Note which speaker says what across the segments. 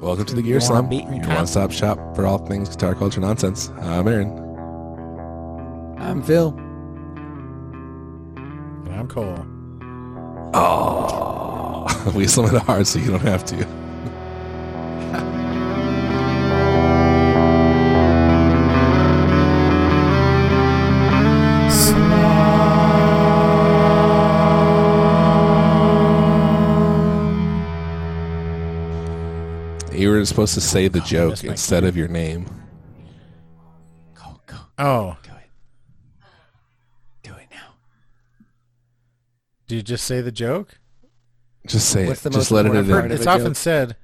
Speaker 1: Welcome to the Gear Slum,
Speaker 2: Beaten
Speaker 1: your
Speaker 2: Cop.
Speaker 1: one-stop shop for all things guitar culture nonsense. I'm Aaron.
Speaker 3: I'm Phil.
Speaker 2: And I'm Cole.
Speaker 1: Oh, we slum it hard so you don't have to. You were supposed to say the joke
Speaker 2: missed my
Speaker 1: instead of your name.
Speaker 3: Go, go,
Speaker 2: Oh,
Speaker 3: do it. Do it now.
Speaker 2: do you just say the joke?
Speaker 1: Just say
Speaker 3: What's
Speaker 1: it.
Speaker 3: the
Speaker 1: Just
Speaker 3: most
Speaker 1: let it
Speaker 3: important
Speaker 1: in.
Speaker 3: part of
Speaker 2: It's
Speaker 3: a
Speaker 2: often
Speaker 3: joke.
Speaker 2: said.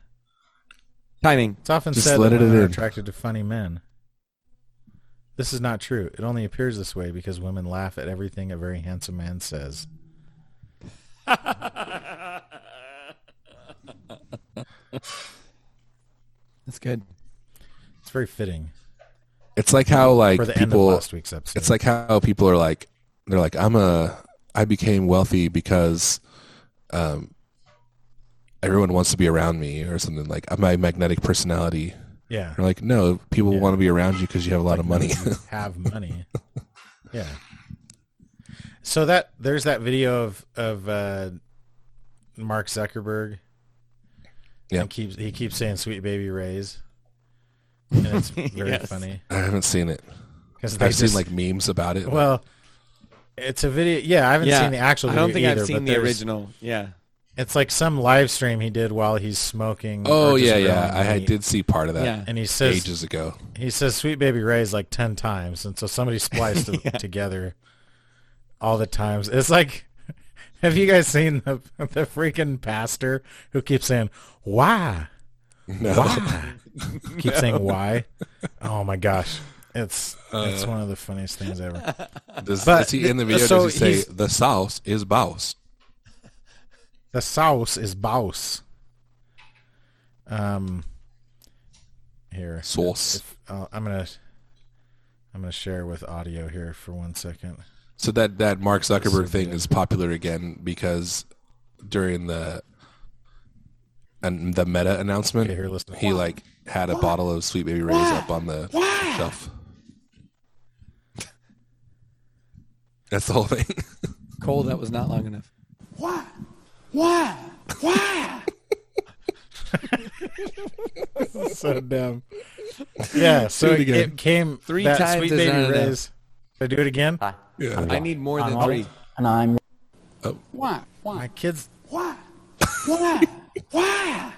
Speaker 3: Timing.
Speaker 2: It's often
Speaker 1: Just
Speaker 2: said
Speaker 1: let
Speaker 2: that
Speaker 1: it
Speaker 2: women are
Speaker 1: in.
Speaker 2: attracted to funny men. This is not true. It only appears this way because women laugh at everything a very handsome man says.
Speaker 3: That's good.
Speaker 2: It's very fitting
Speaker 1: It's like how like
Speaker 2: Mm, for the end of
Speaker 1: people.
Speaker 2: last week's episode.
Speaker 1: It's like how people are like they're like I'm a I became wealthy because um everyone wants to be around me or something like my magnetic personality.
Speaker 2: yeah,
Speaker 1: They're like no, people
Speaker 2: Yeah.
Speaker 1: want to be around you because you have a lot of money.
Speaker 2: You have money. Yeah. So that there's that video of of uh, Mark Zuckerberg.
Speaker 1: Yeah.
Speaker 2: He keeps he keeps saying "sweet baby Ray's," and it's very
Speaker 3: Yes.
Speaker 2: funny
Speaker 1: I haven't seen it.
Speaker 2: because they
Speaker 1: I've
Speaker 2: just
Speaker 1: seen like memes about it.
Speaker 2: well, it's a video. Yeah, I haven't
Speaker 3: Yeah.
Speaker 2: seen the actual.
Speaker 3: I
Speaker 2: Video
Speaker 3: don't think
Speaker 2: either,
Speaker 3: I've
Speaker 2: but
Speaker 3: seen the
Speaker 2: there's-
Speaker 3: original. Yeah.
Speaker 2: It's like some live stream he did while he's smoking.
Speaker 1: oh
Speaker 2: or just
Speaker 1: yeah, yeah.
Speaker 2: grilling
Speaker 1: I, had-
Speaker 2: meat.
Speaker 1: did see part of that
Speaker 3: Yeah.
Speaker 2: And he says
Speaker 1: ages ago.
Speaker 2: he says "Sweet Baby Ray's" like ten times, and so somebody spliced it together all the times. It's like, have you guys seen the the freaking pastor who keeps saying "Why,
Speaker 1: No.
Speaker 2: why?" Keep saying "Why." Oh my gosh, it's it's one of the funniest things ever.
Speaker 1: Does,
Speaker 2: But
Speaker 1: does he in the video?
Speaker 2: so
Speaker 1: does he
Speaker 2: he's-
Speaker 1: say the sauce is boss?
Speaker 2: The sauce is baus. Um, here,
Speaker 1: Sauce.
Speaker 2: if, I'll I'm gonna I'm gonna share with audio here for one second.
Speaker 1: So that that Mark Zuckerberg thing is popular again because during the and the Meta announcement,
Speaker 2: Okay, here, listen.
Speaker 1: he like had a bottle of Sweet Baby Ray's up on the shelf. That's the whole thing.
Speaker 3: Cole, that was not long enough.
Speaker 2: so dumb. Yeah, so
Speaker 1: it
Speaker 2: it,
Speaker 1: again.
Speaker 2: it came
Speaker 3: Three
Speaker 2: that
Speaker 3: times
Speaker 2: Sweet
Speaker 3: is not
Speaker 2: Baby
Speaker 3: enough.
Speaker 2: Ray's. Should I do it again?
Speaker 3: I need more than
Speaker 2: all-
Speaker 3: three.
Speaker 4: and I'm
Speaker 5: Why? Why?
Speaker 2: My kids.
Speaker 5: Why? Why? Why?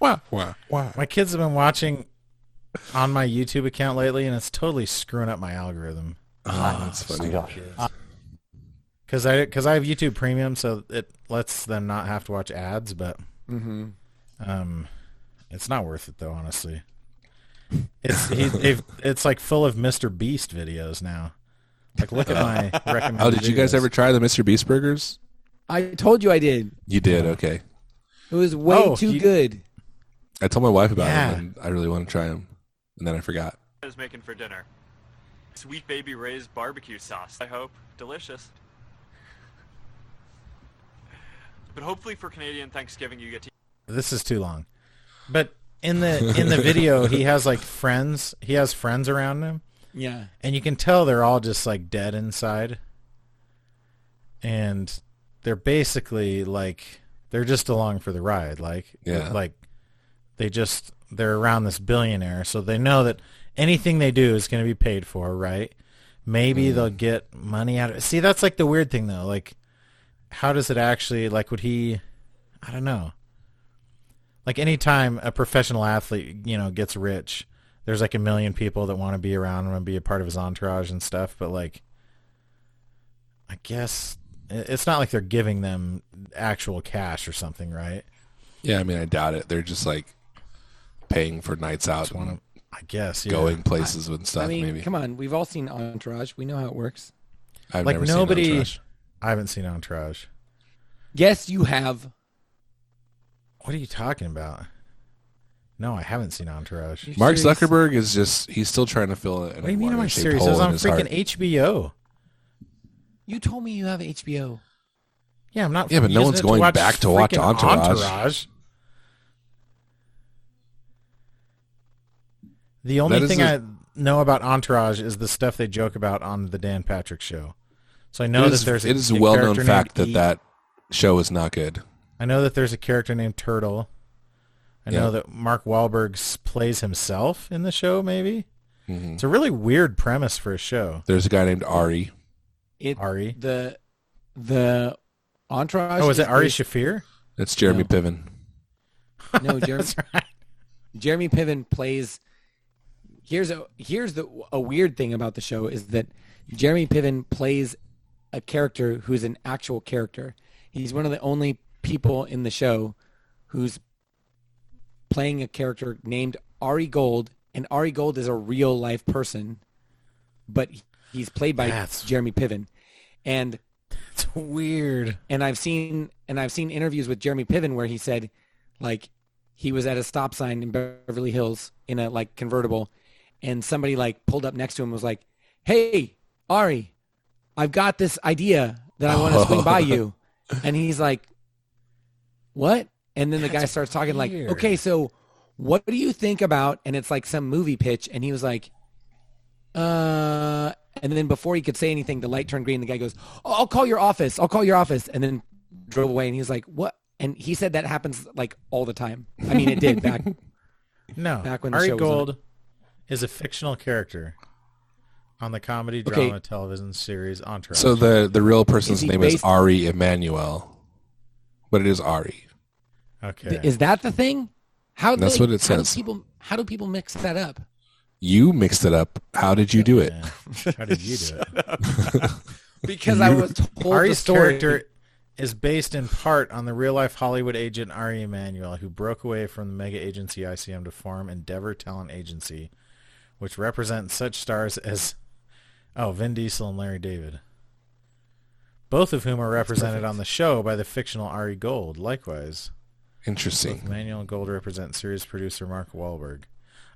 Speaker 1: Wow, wow, wow.
Speaker 2: My kids have been watching on my YouTube account lately, and it's totally screwing up my algorithm.
Speaker 1: That's funny.
Speaker 2: Cause I cause I have YouTube Premium, so it lets them not have to watch ads. But
Speaker 3: Mm-hmm.
Speaker 2: um, it's not worth it though, honestly. It's he, they've, it's like full of Mr. Beast videos now. Like look at my recommended.
Speaker 1: Oh, did you guys
Speaker 2: videos.
Speaker 1: ever try the Mr. Beast burgers?
Speaker 3: I told you I did.
Speaker 1: You did, okay.
Speaker 3: It was way
Speaker 2: Oh,
Speaker 3: too
Speaker 2: you-
Speaker 3: good.
Speaker 1: I told my wife about
Speaker 2: Yeah.
Speaker 1: them, and I really want to try them, and then I forgot.
Speaker 6: is making for dinner. Sweet Baby Ray's barbecue sauce, I hope. Delicious. But hopefully for Canadian Thanksgiving you get to
Speaker 2: this is too long. But in the in the video, he has like friends. He has friends around him,
Speaker 3: Yeah.
Speaker 2: and you can tell they're all just like dead inside, and they're basically like they're just along for the ride. Like
Speaker 1: Yeah.
Speaker 2: like they just they're around this billionaire, so they know that anything they do is going to be paid for, right? Maybe they'll get money out of it. See, that's like the weird thing though. Like, how does it actually like? Would he? I don't know. Like anytime a professional athlete, you know, gets rich, there's like a million people that want to be around him and be a part of his entourage and stuff. But like, I guess it- it's not like they're giving them actual cash or something, right?
Speaker 1: Yeah, I mean, I doubt it. They're just like paying for nights out, and
Speaker 2: I guess yeah.
Speaker 1: going places and stuff.
Speaker 3: I mean,
Speaker 1: maybe
Speaker 3: come on. We've all seen Entourage. We know how it works.
Speaker 1: I've
Speaker 2: like
Speaker 1: never seen
Speaker 2: nobody.
Speaker 1: Entourage.
Speaker 2: I haven't seen Entourage.
Speaker 3: Yes, you have.
Speaker 2: What are you talking about? No, I haven't seen Entourage.
Speaker 3: You
Speaker 1: Mark
Speaker 3: serious?
Speaker 1: Zuckerberg is just, he's still trying to fill it.
Speaker 2: What do you mean? Am I serious? It was on freaking HBO.
Speaker 3: You told me you have HBO.
Speaker 2: Yeah, I'm not.
Speaker 1: Yeah, but no
Speaker 2: using
Speaker 1: one's
Speaker 2: it to
Speaker 1: going
Speaker 2: watch
Speaker 1: back to watch
Speaker 2: freaking
Speaker 1: Entourage.
Speaker 2: Entourage. The only
Speaker 1: That is
Speaker 2: thing I
Speaker 1: a-
Speaker 2: know about Entourage is the stuff they joke about on the Dan Patrick show. So I know
Speaker 1: it
Speaker 2: that
Speaker 1: is,
Speaker 2: there's a,
Speaker 1: it is
Speaker 2: a
Speaker 1: a well-known
Speaker 2: character named
Speaker 1: fact that
Speaker 2: E.
Speaker 1: that show is not good.
Speaker 2: I know that there's a character named Turtle. I
Speaker 1: Yeah.
Speaker 2: know that Mark Wahlberg s- plays himself in the show. Maybe
Speaker 1: Mm-hmm.
Speaker 2: it's a really weird premise for a show.
Speaker 1: There's a guy named Ari.
Speaker 3: It
Speaker 2: Ari.
Speaker 3: the the entourage.
Speaker 2: Oh, is it Ari
Speaker 3: based-
Speaker 2: Shafir?
Speaker 1: That's Jeremy
Speaker 3: No.
Speaker 1: Piven.
Speaker 3: No, Jeremy,
Speaker 2: That's right.
Speaker 3: Jeremy Piven plays. Here's a here's the a weird thing about the show is that Jeremy Piven plays a character who's an actual character. He's one of the only people in the show who's playing a character named Ari Gold, and Ari Gold is a real life person, but he's played by
Speaker 2: That's-
Speaker 3: Jeremy Piven, and
Speaker 2: It's weird.
Speaker 3: and I've seen and I've seen interviews with Jeremy Piven where he said like he was at a stop sign in Beverly Hills in a like convertible and somebody like pulled up next to him and was like, "Hey, Ari, I've got this idea that I want to swing by you." And he's like, "What?" And then the guy starts talking
Speaker 2: weird.
Speaker 3: like, "Okay, so what do you think about?" And it's like some movie pitch and he was like, uh, and then before he could say anything, the light turned green. The guy goes, oh, "I'll call your office. I'll call your office," and then drove away. And he's like, "What?" And he said that happens like all the time. I mean, it did back.
Speaker 2: No,
Speaker 3: Back when the
Speaker 2: Ari
Speaker 3: show was on.
Speaker 2: Gold is a fictional character on the comedy
Speaker 3: Okay.
Speaker 2: drama television series Entourage.
Speaker 1: So the the real person's
Speaker 3: Is he
Speaker 1: name is
Speaker 3: based-
Speaker 1: Ari Emmanuel, but it is Ari.
Speaker 2: okay,
Speaker 3: Is that the thing? How do
Speaker 1: That's
Speaker 3: they-
Speaker 1: what it
Speaker 3: how do
Speaker 1: says.
Speaker 3: people how do people mix that up?
Speaker 1: You mixed it up. How did you do it?
Speaker 2: Yeah. how did you do it?
Speaker 3: Because I was told the
Speaker 2: Ari's
Speaker 3: story.
Speaker 2: character is based in part on the real life Hollywood agent Ari Emanuel, who broke away from the mega agency ICM to form Endeavor Talent Agency, which represents such stars as oh Vin Diesel and Larry David, both of whom are represented on the show by the fictional Ari Gold. Likewise,
Speaker 1: Interesting.
Speaker 2: Emanuel and Gold represent series producer Mark Wahlberg.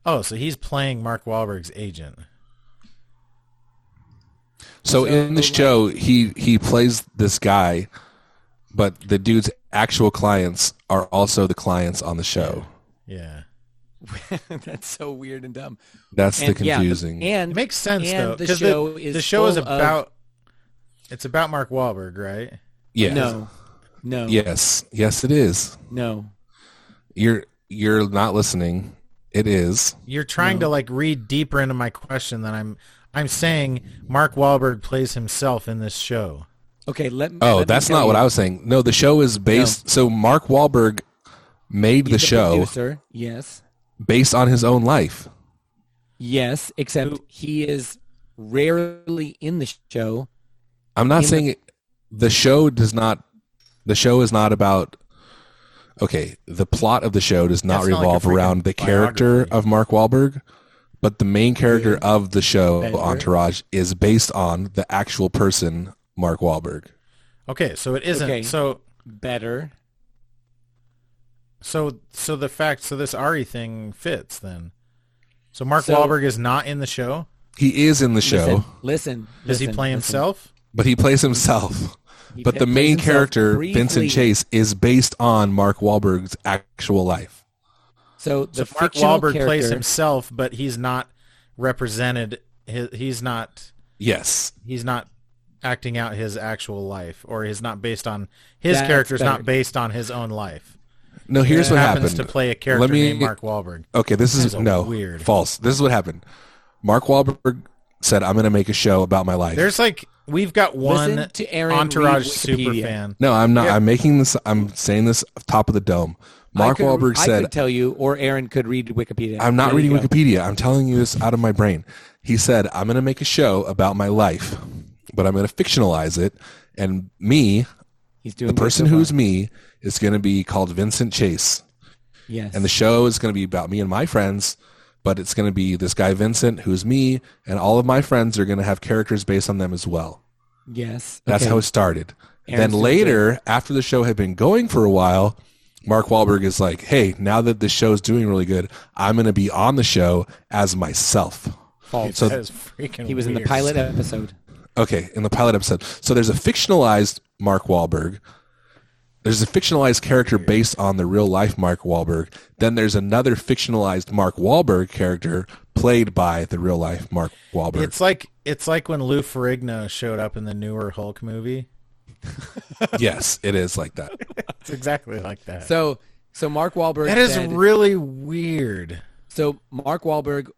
Speaker 2: Oh, so he's playing Mark Wahlberg's agent.
Speaker 1: So in the show, he he plays this guy, but the dude's actual clients are also the clients on the show.
Speaker 2: Yeah,
Speaker 3: That's so weird and dumb.
Speaker 1: That's
Speaker 3: And,
Speaker 1: the
Speaker 3: yeah,
Speaker 1: confusing.
Speaker 2: it
Speaker 3: and
Speaker 2: makes sense
Speaker 3: and
Speaker 2: though
Speaker 3: The
Speaker 2: 'cause
Speaker 3: show
Speaker 2: the,
Speaker 3: is
Speaker 2: the show is
Speaker 3: full of-
Speaker 2: about it's about Mark Wahlberg, right?
Speaker 1: yes.
Speaker 3: no, no,
Speaker 1: Yes. Yes, it is.
Speaker 3: no.
Speaker 1: You're you're not listening. It is.
Speaker 2: You're trying to like read deeper into my question than I'm. I'm saying Mark Wahlberg plays himself in this show.
Speaker 3: Okay, let.
Speaker 1: Oh, that's not what I was saying. No, the show is based. So Mark Wahlberg made the, show
Speaker 3: Producer. Yes.
Speaker 1: based on his own life.
Speaker 3: Yes, except he is rarely in the show.
Speaker 1: I'm not saying it- the show does not. The show is not about. Okay, the plot of the show does not
Speaker 2: That's not like a
Speaker 1: revolve
Speaker 2: freaking
Speaker 1: around the character
Speaker 2: biography.
Speaker 1: of Mark Wahlberg, but the main character of the show Entourage is based on the actual person Mark Wahlberg.
Speaker 2: Okay, so it isn't.
Speaker 3: Okay.
Speaker 2: So
Speaker 3: Better.
Speaker 2: so so the fact so this Ari thing fits then. So Mark
Speaker 3: So-
Speaker 2: Wahlberg is not in the show.
Speaker 1: He is in the show,
Speaker 3: Listen, listen.
Speaker 2: Does he
Speaker 3: listen,
Speaker 2: play
Speaker 3: listen.
Speaker 2: himself?
Speaker 1: but he plays himself.
Speaker 3: He
Speaker 1: but
Speaker 3: pla-
Speaker 1: the
Speaker 3: plays
Speaker 1: main
Speaker 3: himself
Speaker 1: character,
Speaker 3: briefly.
Speaker 1: Vincent Chase, is based on Mark Wahlberg's actual life.
Speaker 3: So the
Speaker 2: so Mark
Speaker 3: fictional
Speaker 2: Wahlberg plays
Speaker 3: character-
Speaker 2: himself, but he's not represented. He, he's not.
Speaker 1: Yes.
Speaker 2: he's not acting out his actual life or he's not based on his
Speaker 3: That's
Speaker 2: character's
Speaker 3: better.
Speaker 2: not based on his own life.
Speaker 1: No, here's
Speaker 2: It
Speaker 1: what
Speaker 2: happens
Speaker 1: happened.
Speaker 2: to play a character
Speaker 1: Let me-
Speaker 2: named Mark Wahlberg.
Speaker 1: Okay, this is
Speaker 2: That's a
Speaker 1: no
Speaker 2: weird-
Speaker 1: false. This is what happened. Mark Wahlberg said, "I'm going to make a show about my life."
Speaker 2: There's like we've got one
Speaker 3: Listen to Aaron
Speaker 2: entourage
Speaker 3: read
Speaker 2: super
Speaker 3: Wikipedia.
Speaker 2: fan.
Speaker 1: no, I'm not. I'm making this. I'm saying this off top of the dome. Mark
Speaker 3: I could-
Speaker 1: Wahlberg
Speaker 3: I
Speaker 1: said,
Speaker 3: could tell you, or Aaron could read Wikipedia.
Speaker 1: "I'm not
Speaker 3: There you
Speaker 1: reading
Speaker 3: go.
Speaker 1: Wikipedia. I'm telling you this out of my brain." He said, "I'm going to make a show about my life, but I'm going to fictionalize it, and me,
Speaker 3: He's doing
Speaker 1: the
Speaker 3: good
Speaker 1: person
Speaker 3: so far.
Speaker 1: who's me, is going to be called Vincent Chase,
Speaker 3: yes,
Speaker 1: and the show is going to be about me and my friends." But it's going to be this guy Vincent, who's me, and all of my friends are going to have characters based on them as well.
Speaker 3: yes,
Speaker 1: That's
Speaker 3: okay.
Speaker 1: how it started.
Speaker 3: Aaron's
Speaker 1: then
Speaker 3: doing
Speaker 1: later, after the show had been going for a while, Mark Wahlberg is like, "Hey, now that the show's doing really good, I'm going to be on the show as myself."
Speaker 3: False.
Speaker 1: So-
Speaker 2: that is freaking
Speaker 3: he was in the
Speaker 2: weird.
Speaker 3: pilot episode.
Speaker 1: Okay, in the pilot episode, so there's a fictionalized Mark Wahlberg. There's a fictionalized character based on the real life Mark Wahlberg. Then there's another fictionalized Mark Wahlberg character played by the real life Mark Wahlberg.
Speaker 2: It's like it's like when Lou Ferrigno showed up in the newer Hulk movie.
Speaker 1: yes, it is like that.
Speaker 2: It's exactly like that.
Speaker 3: So so Mark Wahlberg
Speaker 2: that is
Speaker 3: said-
Speaker 2: really weird.
Speaker 3: so Mark Wahlberg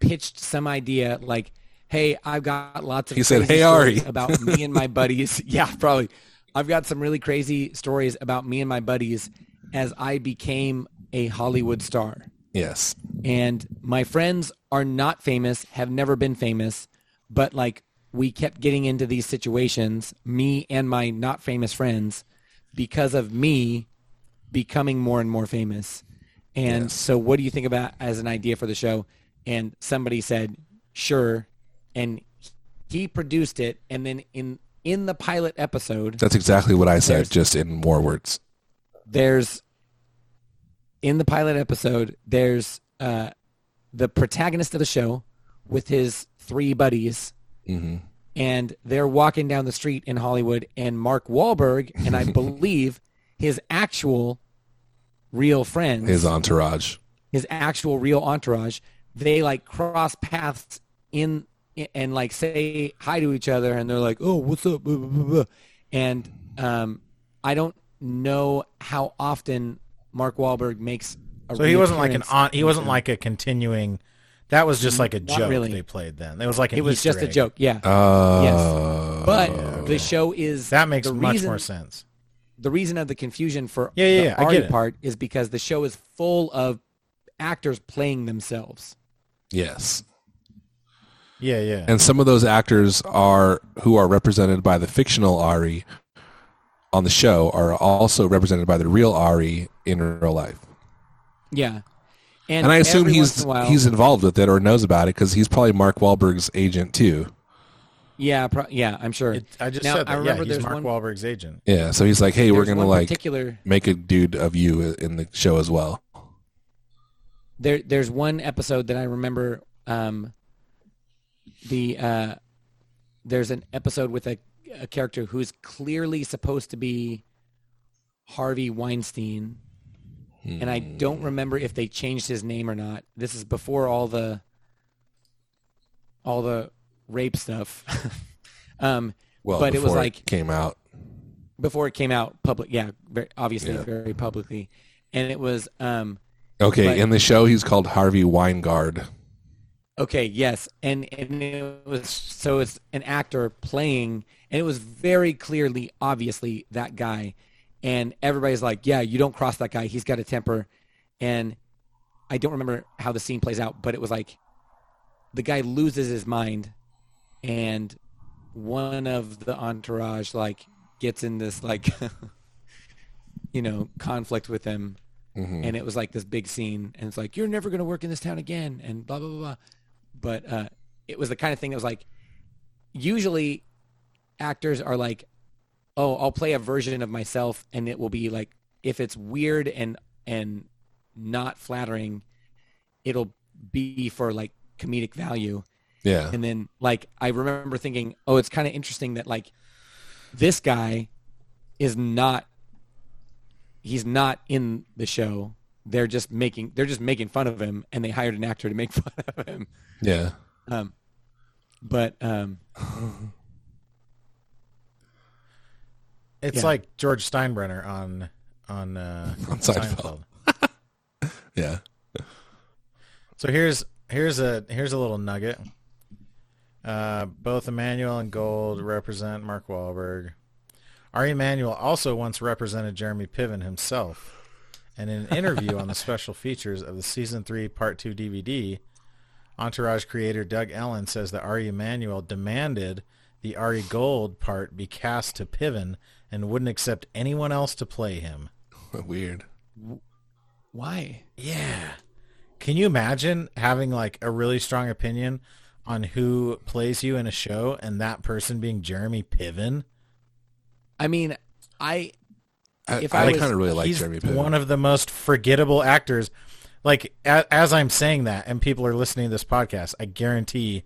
Speaker 3: pitched some idea like, "Hey, I've got lots of
Speaker 1: He said,
Speaker 3: crazy
Speaker 1: "Hey,
Speaker 3: stories
Speaker 1: Ari."
Speaker 3: about me and my buddies." yeah, probably. I've got some really crazy stories about me and my buddies as I became a Hollywood star.
Speaker 1: Yes.
Speaker 3: And my friends are not famous, have never been famous, but like we kept getting into these situations, me and my not famous friends, because of me becoming more and more famous. And so what do you think about as an idea for the show? And somebody said, sure. And he produced it. And then in, in the pilot episode,
Speaker 1: That's exactly what I said,
Speaker 3: There's-
Speaker 1: just in more words.
Speaker 3: there's in the pilot episode there's uh the protagonist of the show with his three buddies and they're walking down the street in Hollywood and Mark Wahlberg and I believe his actual real friends
Speaker 1: His entourage.
Speaker 3: his actual real entourage they like cross paths in and like say hi to each other and they're like oh what's up Blah, blah, blah, blah. and um i don't know how often mark Wahlberg makes a
Speaker 2: So he wasn't like an
Speaker 3: reappearance.
Speaker 2: on. He wasn't like a continuing. That was just like a joke
Speaker 3: really.
Speaker 2: they played then. It was like an
Speaker 3: it was
Speaker 2: Easter
Speaker 3: just a
Speaker 2: egg.
Speaker 3: joke yeah
Speaker 1: Oh, Uh,
Speaker 3: but the show is
Speaker 2: That makes
Speaker 3: the
Speaker 2: much
Speaker 3: reason-
Speaker 2: more sense.
Speaker 3: the reason of the confusion for
Speaker 2: Yeah, yeah,
Speaker 3: the
Speaker 2: yeah, I
Speaker 3: Ari
Speaker 2: get it.
Speaker 3: part is because the show is full of actors playing themselves
Speaker 1: Yes.
Speaker 2: Yeah, yeah.
Speaker 1: And some of those actors are who are represented by the fictional Ari on the show are also represented by the real Ari in real life.
Speaker 3: yeah
Speaker 1: And I assume
Speaker 3: every once
Speaker 1: he's
Speaker 3: in a while-
Speaker 1: he's involved with it or knows about it because he's probably Mark Wahlberg's agent too.
Speaker 3: yeah pro- yeah i'm sure
Speaker 2: It- I just
Speaker 3: now,
Speaker 2: said that.
Speaker 3: I remember
Speaker 2: yeah,
Speaker 3: there's
Speaker 2: he's Mark
Speaker 3: one
Speaker 2: Wahlberg's agent.
Speaker 1: Yeah, so he's like, "Hey, we're
Speaker 3: There's
Speaker 1: gonna
Speaker 3: one
Speaker 1: like
Speaker 3: particular
Speaker 1: make a dude of you in the show as well."
Speaker 3: there there's one episode that I remember um the uh there's an episode with a a character who's clearly supposed to be Harvey Weinstein and I don't remember if they changed his name or not. This is before all the all the rape stuff. um
Speaker 1: Well,
Speaker 3: but it was
Speaker 1: before
Speaker 3: like
Speaker 1: came out.
Speaker 3: before it came out public yeah, very, obviously
Speaker 1: Yeah.
Speaker 3: very publicly. And it was um
Speaker 1: Okay,
Speaker 3: but-
Speaker 1: in the show, he's called Harvey Weingard.
Speaker 3: Okay, yes. And and it was so it's an actor playing and it was very clearly obviously that guy and everybody's like, "Yeah, you don't cross that guy. He's got a temper." And I don't remember how the scene plays out, but it was like the guy loses his mind and one of the entourage like gets in this like you know, conflict with him
Speaker 1: Mm-hmm.
Speaker 3: and it was like this big scene and it's like you're never going to work in this town again and blah blah blah, blah. but uh, it was the kind of thing that was like usually actors are like oh i'll play a version of myself and it will be like if it's weird and and not flattering it'll be for like comedic value
Speaker 1: Yeah,
Speaker 3: and then like I remember thinking, oh, it's kind of interesting that like this guy is not he's not in the show. They're just making they're just making fun of him and they hired an actor to make fun of him.
Speaker 1: yeah.
Speaker 3: Um but um
Speaker 2: It's
Speaker 3: Yeah.
Speaker 2: like George Steinbrenner on on uh,
Speaker 1: On Seinfeld. Yeah.
Speaker 2: So here's here's a here's a little nugget. Uh, both Emmanuel and Gold represent Mark Wahlberg. Ari Emanuel also once represented Jeremy Piven himself, and in an interview on the special features of the season three part two DVD, Entourage creator Doug Ellen says that Ari Emanuel demanded the Ari Gold part be cast to Piven and wouldn't accept anyone else to play him.
Speaker 1: Weird.
Speaker 3: why?
Speaker 2: Yeah. Can you imagine having like a really strong opinion on who plays you in a show and that person being Jeremy Piven?
Speaker 3: I mean, I
Speaker 1: I,
Speaker 3: If
Speaker 1: I,
Speaker 3: I was-
Speaker 1: kind of really like
Speaker 2: He's
Speaker 1: Jeremy Piven.
Speaker 2: one of the most forgettable actors. Like a, as I'm saying that and people are listening to this podcast, I guarantee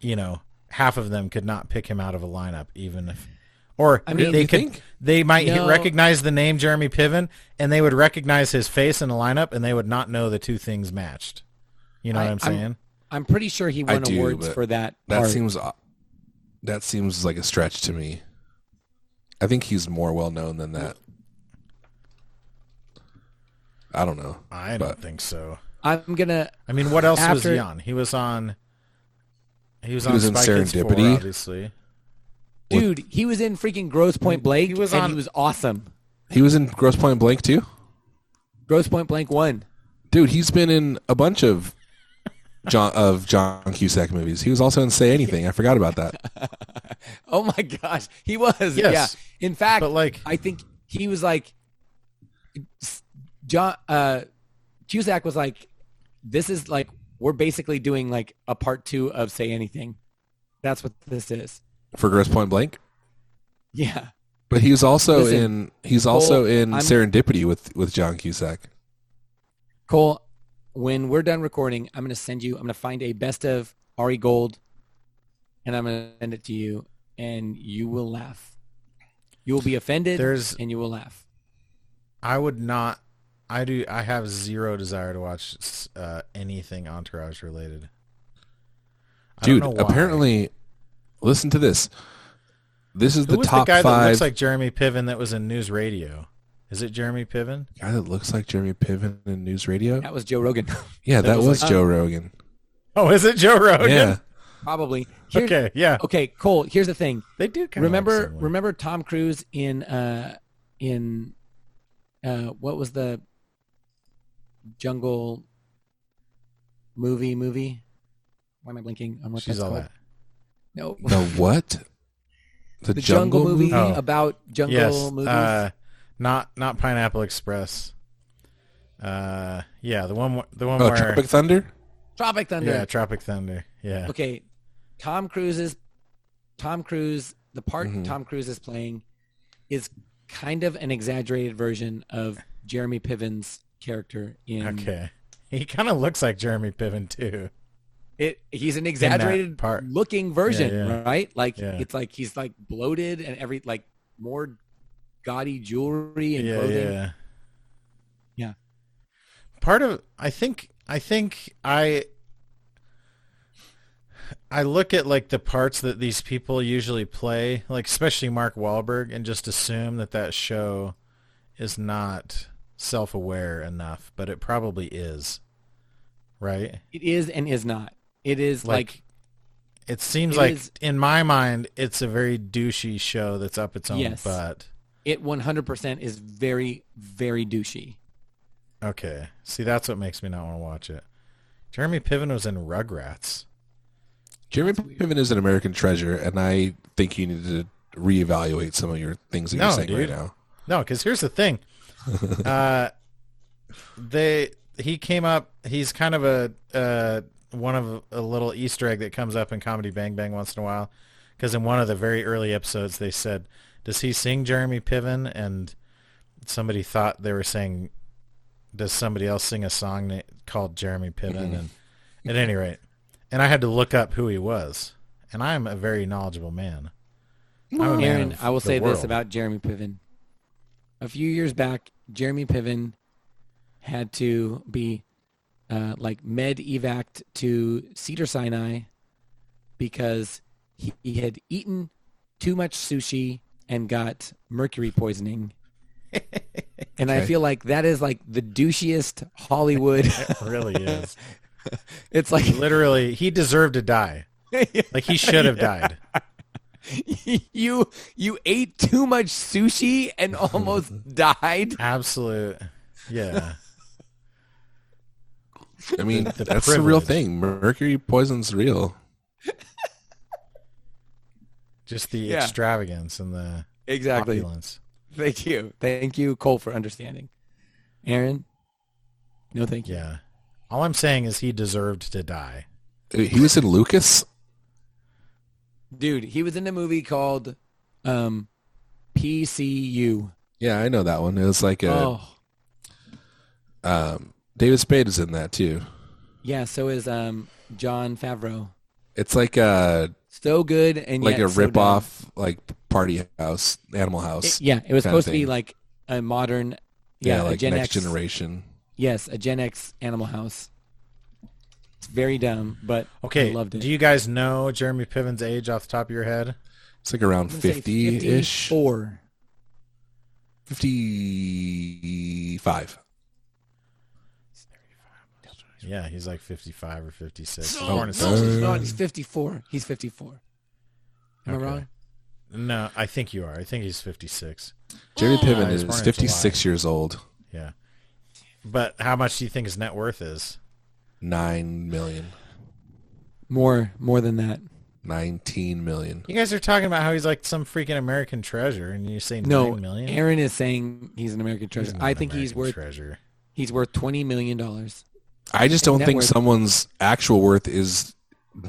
Speaker 2: you know half of them could not pick him out of a lineup even if or
Speaker 3: I mean,
Speaker 2: they
Speaker 3: you
Speaker 2: could
Speaker 3: think?
Speaker 2: they might
Speaker 3: No.
Speaker 2: recognize the name Jeremy Piven and they would recognize his face in a lineup and they would not know the two things matched. You know
Speaker 3: I-
Speaker 2: what I'm
Speaker 3: I'm-
Speaker 2: saying?
Speaker 3: I'm pretty sure he won
Speaker 1: do,
Speaker 3: awards
Speaker 1: but
Speaker 3: for that.
Speaker 1: That
Speaker 3: part.
Speaker 1: seems that seems like a stretch to me. I think he's more well known than that. I don't know.
Speaker 2: I don't
Speaker 1: but
Speaker 2: think so.
Speaker 3: I'm gonna.
Speaker 2: I mean, what else was
Speaker 3: After-
Speaker 2: he on? He was on. He was
Speaker 1: He
Speaker 2: on
Speaker 1: was in
Speaker 2: Spy Kids 4,
Speaker 1: Serendipity.
Speaker 2: obviously.
Speaker 3: Dude, he was in freaking Gross Point Blank.
Speaker 2: He was
Speaker 3: and
Speaker 2: on-
Speaker 3: he was awesome.
Speaker 1: he was in Gross Point Blank too.
Speaker 3: Gross Point Blank one.
Speaker 1: Dude, he's been in a bunch of John of John Cusack movies. He was also in Say Anything. I forgot about that.
Speaker 3: Oh my gosh, he was.
Speaker 2: Yes.
Speaker 3: Yeah. In fact,
Speaker 2: But, like-
Speaker 3: I think he was like, s- John uh, Cusack was like, this is like we're basically doing like a part two of Say Anything. That's what this is.
Speaker 1: For Gross Point Blank.
Speaker 3: Yeah.
Speaker 1: But he was also
Speaker 3: Listen,
Speaker 1: in he's also
Speaker 3: Cole,
Speaker 1: in
Speaker 3: I'm-
Speaker 1: Serendipity with with John Cusack.
Speaker 3: Cole, when we're done recording, I'm gonna send you. I'm gonna find a best of Ari Gold, and I'm gonna send it to you, and you will laugh. You will be offended,
Speaker 2: There's-
Speaker 3: and you will laugh.
Speaker 2: I would not. I do. I have zero desire to watch uh, anything Entourage related. I don't
Speaker 1: Dude,
Speaker 2: know why.
Speaker 1: apparently listen to this. This is
Speaker 2: Who
Speaker 1: the
Speaker 2: was
Speaker 1: top
Speaker 2: the guy
Speaker 1: five
Speaker 2: that looks like Jeremy Piven that was in News Radio? Is it Jeremy Piven?
Speaker 1: guy that looks like Jeremy Piven in news radio.
Speaker 3: That was Joe Rogan,
Speaker 1: Yeah, that
Speaker 2: was
Speaker 1: was,
Speaker 3: like- um,
Speaker 1: Joe Rogan.
Speaker 2: Oh, is it Joe Rogan?
Speaker 1: Yeah.
Speaker 3: probably. Here-
Speaker 2: Okay. Yeah.
Speaker 3: Okay, Cole. Here's the thing.
Speaker 2: They do. Kind
Speaker 3: remember, remember Tom Cruise in uh, in uh, what was the jungle movie? Movie. Why am I blinking on what
Speaker 2: She's
Speaker 3: that's
Speaker 2: all
Speaker 3: called?
Speaker 2: that.
Speaker 3: No,
Speaker 1: The what? The,
Speaker 3: the jungle, movie
Speaker 2: Oh.
Speaker 3: about jungle
Speaker 2: yes.
Speaker 3: movies.
Speaker 2: Uh, not not Pineapple Express. Uh, yeah, the one wh- the one
Speaker 1: Oh,
Speaker 2: where
Speaker 1: Tropic Thunder?
Speaker 3: Tropic Thunder.
Speaker 2: yeah, Tropic Thunder. Yeah.
Speaker 3: Okay, Tom Cruise's Tom Cruise. The part
Speaker 2: Mm-hmm.
Speaker 1: Mhm.
Speaker 3: Tom Cruise is playing is kind of an exaggerated version of Jeremy Piven's character in
Speaker 2: Okay. He kind of looks like Jeremy Piven too.
Speaker 3: it he's an exaggerated
Speaker 2: part.
Speaker 3: looking version
Speaker 2: Yeah, yeah.
Speaker 3: right like
Speaker 2: Yeah.
Speaker 3: it's like he's like bloated and every like more gaudy jewelry and
Speaker 2: yeah,
Speaker 3: clothing
Speaker 2: yeah,
Speaker 3: Yeah.
Speaker 2: Part of I think I think I I look at like the parts that these people usually play, like especially Mark Wahlberg, and just assume that that show is not self-aware enough, but it probably is, right?
Speaker 3: it is and is not it is like,
Speaker 2: Like, It seems
Speaker 3: It
Speaker 2: like
Speaker 3: is-
Speaker 2: in my mind it's a very douchey show that's up its own
Speaker 3: Yes.
Speaker 2: butt.
Speaker 3: it 100% is very very douchey
Speaker 2: Okay. See, that's what makes me not want to watch it. Jeremy Piven was in Rugrats.
Speaker 1: Jeremy Piven is an American treasure, and I think you need to reevaluate some of your things that
Speaker 2: No,
Speaker 1: you're saying
Speaker 2: dude.
Speaker 1: right now.
Speaker 2: No, because here's the thing. uh, they he came up. He's kind of a uh, one of a little Easter egg that comes up in Comedy Bang Bang once in a while. Because in one of the very early episodes, they said, "Does he sing Jeremy Piven?" And somebody thought they were saying, "Does somebody else sing a song na- called Jeremy Piven?" and at any rate, and I had to look up who he was. And I'm a very knowledgeable man. I'm a Oh, man
Speaker 3: aaron
Speaker 2: of
Speaker 3: i will
Speaker 2: the
Speaker 3: say this
Speaker 2: world.
Speaker 3: about jeremy piven a few years back jeremy piven had to be uh, like med evac to cedar sinai because he, he had eaten too much sushi and got mercury poisoning and i
Speaker 1: Okay.
Speaker 3: feel like that is like the douchiest hollywood
Speaker 2: really is.
Speaker 3: it's like
Speaker 2: literally he deserved to die like he should have died
Speaker 3: you you ate too much sushi and almost died
Speaker 2: absolute yeah
Speaker 1: I mean, that's the real
Speaker 2: privilege.
Speaker 1: thing. Mercury poison's real.
Speaker 2: just the
Speaker 3: Yeah.
Speaker 2: extravagance and the
Speaker 3: exactly
Speaker 2: opulence
Speaker 3: Thank you. Thank you, Cole, for understanding. Aaron? No, thank you.
Speaker 2: yeah all i'm saying is he deserved to die
Speaker 1: He was in Lucas.
Speaker 3: Dude, he was in a movie called um, PCU.
Speaker 1: Yeah, I know that one. It was like a
Speaker 3: Oh,
Speaker 1: um, David Spade is in that too.
Speaker 3: yeah. So is um, John Favreau.
Speaker 1: It's like a
Speaker 3: So good and
Speaker 1: like
Speaker 3: yet
Speaker 1: a
Speaker 3: so dumb.
Speaker 1: rip off like party house, Animal House.
Speaker 3: It- yeah, it was
Speaker 1: kind of
Speaker 3: supposed to be
Speaker 1: thing.
Speaker 3: like a modern,
Speaker 1: yeah,
Speaker 3: yeah, a
Speaker 1: like
Speaker 3: Gen
Speaker 1: next
Speaker 3: X,
Speaker 1: generation.
Speaker 3: Yes, a Gen X Animal House. It's very dumb, but
Speaker 2: Okay.
Speaker 3: I loved it.
Speaker 2: Do you guys know Jeremy Piven's age off the top of your head?
Speaker 1: It's like around
Speaker 3: I'm gonna say
Speaker 1: 50 ish,
Speaker 3: 54.
Speaker 1: 55.
Speaker 3: Ah,
Speaker 2: Yeah, he's like 55 or 56.
Speaker 3: No,
Speaker 2: I'm born in
Speaker 1: no,
Speaker 2: sixty-
Speaker 3: No, he's 54. He's 54. Am
Speaker 2: Okay.
Speaker 3: I wrong?
Speaker 2: No, I think you are. I think he's 56.
Speaker 1: Jeremy
Speaker 2: Yeah,
Speaker 1: Piven
Speaker 2: he's born
Speaker 1: is
Speaker 2: in
Speaker 1: 56 years old,
Speaker 2: Yeah. But how much do you think his net worth is?
Speaker 1: 9 million,
Speaker 3: More, more than that.
Speaker 1: 19 million.
Speaker 2: You guys are talking about how he's like some freaking American treasure, and you say
Speaker 3: No,
Speaker 2: nine million.
Speaker 3: Aaron is saying he's an American treasure.
Speaker 2: Not
Speaker 3: I
Speaker 2: an
Speaker 3: think he's
Speaker 2: American
Speaker 3: worth
Speaker 2: treasure.
Speaker 3: he's worth twenty million dollars.
Speaker 1: I just don't
Speaker 3: Net
Speaker 1: think
Speaker 3: worth.
Speaker 1: someone's actual worth is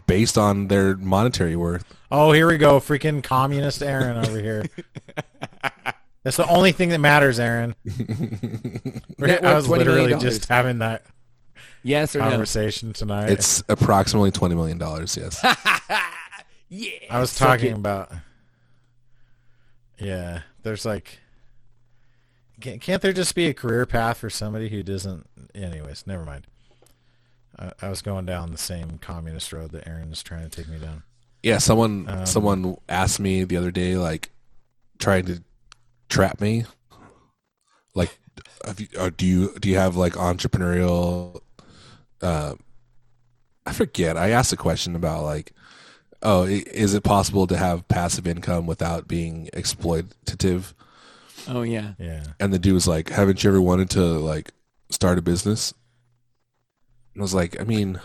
Speaker 1: based on their monetary worth.
Speaker 2: Oh, here we go, freaking communist Aaron over here. That's the only thing that matters, Aaron.
Speaker 3: Net
Speaker 2: I was
Speaker 3: worth $20 million
Speaker 2: literally just having that
Speaker 3: Yes or no?
Speaker 2: conversation tonight.
Speaker 1: It's approximately $20 million, yes.
Speaker 2: I was talking about. Yeah, there's like. Can't, can't there just be a career path for somebody who doesn't? Anyways, never mind. I, I was going down the same communist road that Aaron is trying to take me down.
Speaker 1: Yeah, someone someone asked me the other day, like trying to trap me, like, have you, or do you do you have like entrepreneurial? Uh, I forget. I asked a question about like, oh, i- is it possible to have passive income without being exploitative?
Speaker 3: Oh yeah.
Speaker 2: Yeah.
Speaker 1: And the dude was like, "Haven't you ever wanted to like start a business?" And I was like, "I mean,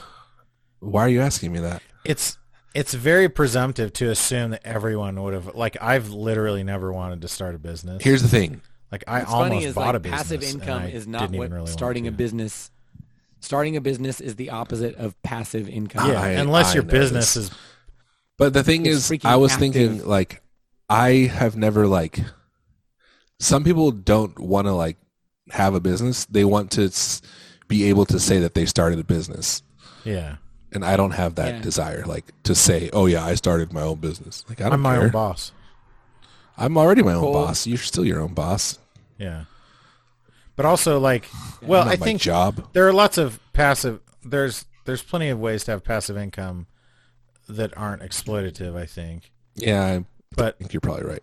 Speaker 1: why are you asking me that?"
Speaker 2: it's it's very presumptive to assume that everyone would have like I've literally never wanted to start a business.
Speaker 1: Here's the thing.
Speaker 2: like I
Speaker 3: What's
Speaker 2: almost
Speaker 3: funny is
Speaker 2: bought
Speaker 3: like
Speaker 2: a business.
Speaker 3: passive
Speaker 2: and
Speaker 3: income
Speaker 2: I
Speaker 3: is not
Speaker 2: didn't even
Speaker 3: what
Speaker 2: really want
Speaker 3: starting a
Speaker 2: to.
Speaker 3: business. Starting a business is the opposite of passive income.
Speaker 2: Yeah,
Speaker 1: I-
Speaker 2: unless
Speaker 1: I
Speaker 2: your
Speaker 1: know
Speaker 2: business
Speaker 1: this.
Speaker 2: is
Speaker 1: But the thing is,
Speaker 3: It's freaking
Speaker 1: I was
Speaker 3: active.
Speaker 1: thinking like I have never like some people don't want to like have a business. They want to s- be able to say that they started a business.
Speaker 2: yeah.
Speaker 1: And I don't have that
Speaker 3: Yeah.
Speaker 1: desire like to say, "Oh yeah, I started my own business." Like I don't
Speaker 2: I'm my
Speaker 1: care.
Speaker 2: own boss.
Speaker 1: I'm already my own
Speaker 3: Well-
Speaker 1: boss. You're still your own boss.
Speaker 2: Yeah. But also like well,
Speaker 1: Not
Speaker 2: I
Speaker 1: my
Speaker 2: think
Speaker 1: job.
Speaker 2: there are lots of passive there's there's plenty of ways to have passive income that aren't exploitative, I think.
Speaker 1: Yeah, I
Speaker 2: But
Speaker 1: think you're probably right.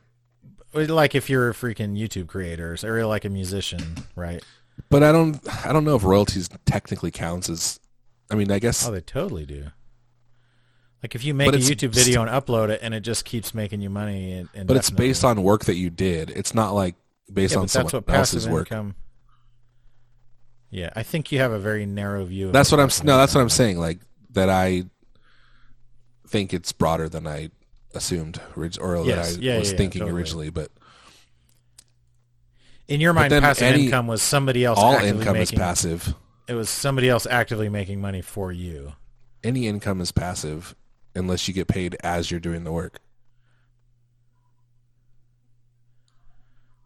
Speaker 2: like if you're a freaking YouTube creator or like a musician, right?
Speaker 1: But I don't I don't know if royalties technically counts as I mean, I guess
Speaker 2: Oh, they totally do. Like if you make
Speaker 1: But
Speaker 2: a
Speaker 1: it's
Speaker 2: YouTube video and upload it, and it just keeps making you money, and,
Speaker 1: but it's based on work that you did. It's not like based
Speaker 2: yeah,
Speaker 1: on
Speaker 2: but that's
Speaker 1: someone
Speaker 2: what
Speaker 1: else's
Speaker 2: passive
Speaker 1: work.
Speaker 2: income. Yeah, I think you have a very narrow view. Of
Speaker 1: That's
Speaker 2: it.
Speaker 1: what I'm. No, that's what I'm saying. Like that, I think it's broader than I assumed, orig- or
Speaker 2: Yes.
Speaker 1: that I
Speaker 2: Yeah,
Speaker 1: was
Speaker 2: yeah, yeah,
Speaker 1: thinking
Speaker 2: totally.
Speaker 1: originally. But
Speaker 2: In your mind,
Speaker 1: then
Speaker 2: passive
Speaker 1: any-
Speaker 2: income was somebody else.
Speaker 1: all
Speaker 2: actively
Speaker 1: income is
Speaker 2: making,
Speaker 1: passive.
Speaker 2: It was somebody else actively making money for you.
Speaker 1: Any income is passive unless you get paid as you're doing the work.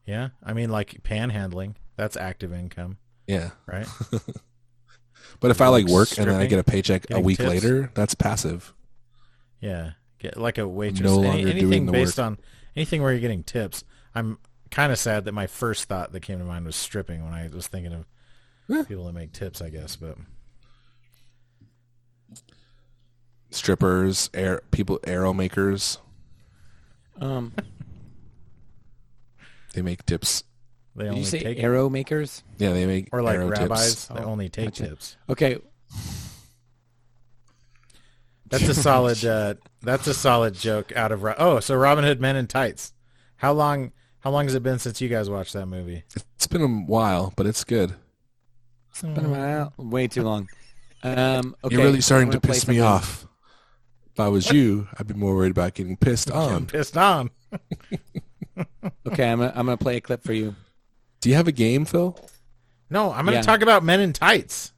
Speaker 2: Yeah, I mean, like panhandling. That's active income,
Speaker 1: Yeah,
Speaker 2: right?
Speaker 1: but if I like work and then I
Speaker 2: Stripping,
Speaker 1: get a paycheck a
Speaker 2: getting
Speaker 1: week
Speaker 2: tips.
Speaker 1: later, that's passive.
Speaker 2: Yeah, get like a waitress.
Speaker 1: No
Speaker 2: Any-
Speaker 1: longer
Speaker 2: anything
Speaker 1: doing the
Speaker 2: based on anything where you're getting tips. I'm kind of sad that my first thought that came to mind was stripping when I was thinking of
Speaker 1: Yeah.
Speaker 2: people that make tips. I guess, but
Speaker 1: Strippers, air people, arrow makers,
Speaker 3: Um,
Speaker 1: they make tips.
Speaker 2: they
Speaker 3: did
Speaker 2: only
Speaker 3: you say
Speaker 2: take
Speaker 3: arrow makers?
Speaker 1: Yeah, they make
Speaker 2: or like
Speaker 1: arrow
Speaker 2: rabbis.
Speaker 1: tips. Oh,
Speaker 2: They only take
Speaker 3: gotcha.
Speaker 2: tips.
Speaker 3: Okay,
Speaker 2: That's a solid. Uh, that's a solid joke out of. Ro- Oh, so Robin Hood Men in Tights. How long? How long has it been since you guys watched that movie?
Speaker 1: It's been a while, but it's good.
Speaker 3: Been a while. way too long. Um, okay,
Speaker 1: You're really starting
Speaker 3: I'm
Speaker 1: to
Speaker 3: gonna play
Speaker 1: piss me
Speaker 3: something.
Speaker 1: off. If I was you, I'd be more worried about getting pissed Um,
Speaker 2: I'm
Speaker 1: on.
Speaker 2: pissed on.
Speaker 3: Okay, I'm gonna, I'm gonna play a clip for you.
Speaker 1: Do you have a game, Phil?
Speaker 2: No, I'm going to
Speaker 3: Yeah.
Speaker 2: talk about Men in Tights.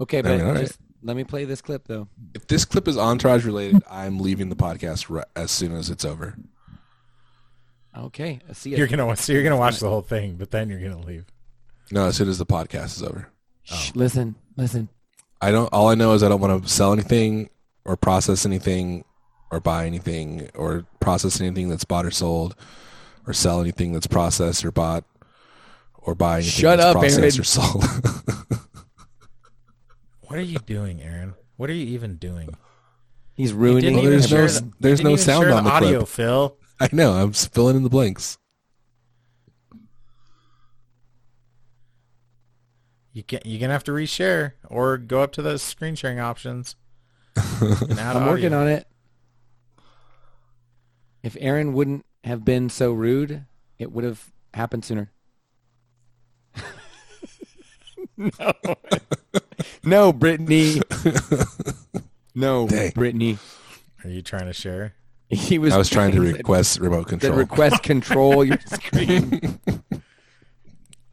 Speaker 3: Okay,
Speaker 1: I
Speaker 3: but
Speaker 1: mean, all right.
Speaker 3: just let me play this clip though.
Speaker 1: If this clip is entourage related, I'm leaving the podcast ri- as soon as it's over.
Speaker 3: Okay, I see
Speaker 2: You're
Speaker 3: it.
Speaker 2: gonna so you're gonna watch the whole thing, but then you're gonna leave.
Speaker 1: No, as soon as the podcast is over.
Speaker 3: Shh, listen, listen.
Speaker 1: I don't. All I know is I don't want to sell anything or process anything or buy anything or process anything that's bought or sold or sell anything that's processed or bought or buy anything
Speaker 3: Shut
Speaker 1: that's
Speaker 3: up,
Speaker 1: processed
Speaker 3: Aaron.
Speaker 1: or sold.
Speaker 2: What are you doing, Aaron? What are you even doing?
Speaker 3: He's ruining.
Speaker 1: Well, there's no
Speaker 3: everything.
Speaker 1: s- there's
Speaker 2: didn't
Speaker 1: no
Speaker 2: even
Speaker 1: sound
Speaker 2: share
Speaker 1: on the clip.
Speaker 2: audio, Phil.
Speaker 1: I know. I'm s- filling in the blanks.
Speaker 2: You can you're gonna have to reshare or go up to the screen sharing options. I'm
Speaker 3: I'm working on it. If Aaron wouldn't have been so rude, it would have happened sooner. no. no, Brittany. No,
Speaker 1: Dang.
Speaker 3: Brittany.
Speaker 2: Are you trying to share?
Speaker 3: He was.
Speaker 1: I was trying to
Speaker 3: that-
Speaker 1: request remote
Speaker 3: that
Speaker 1: control.
Speaker 3: request control your screen.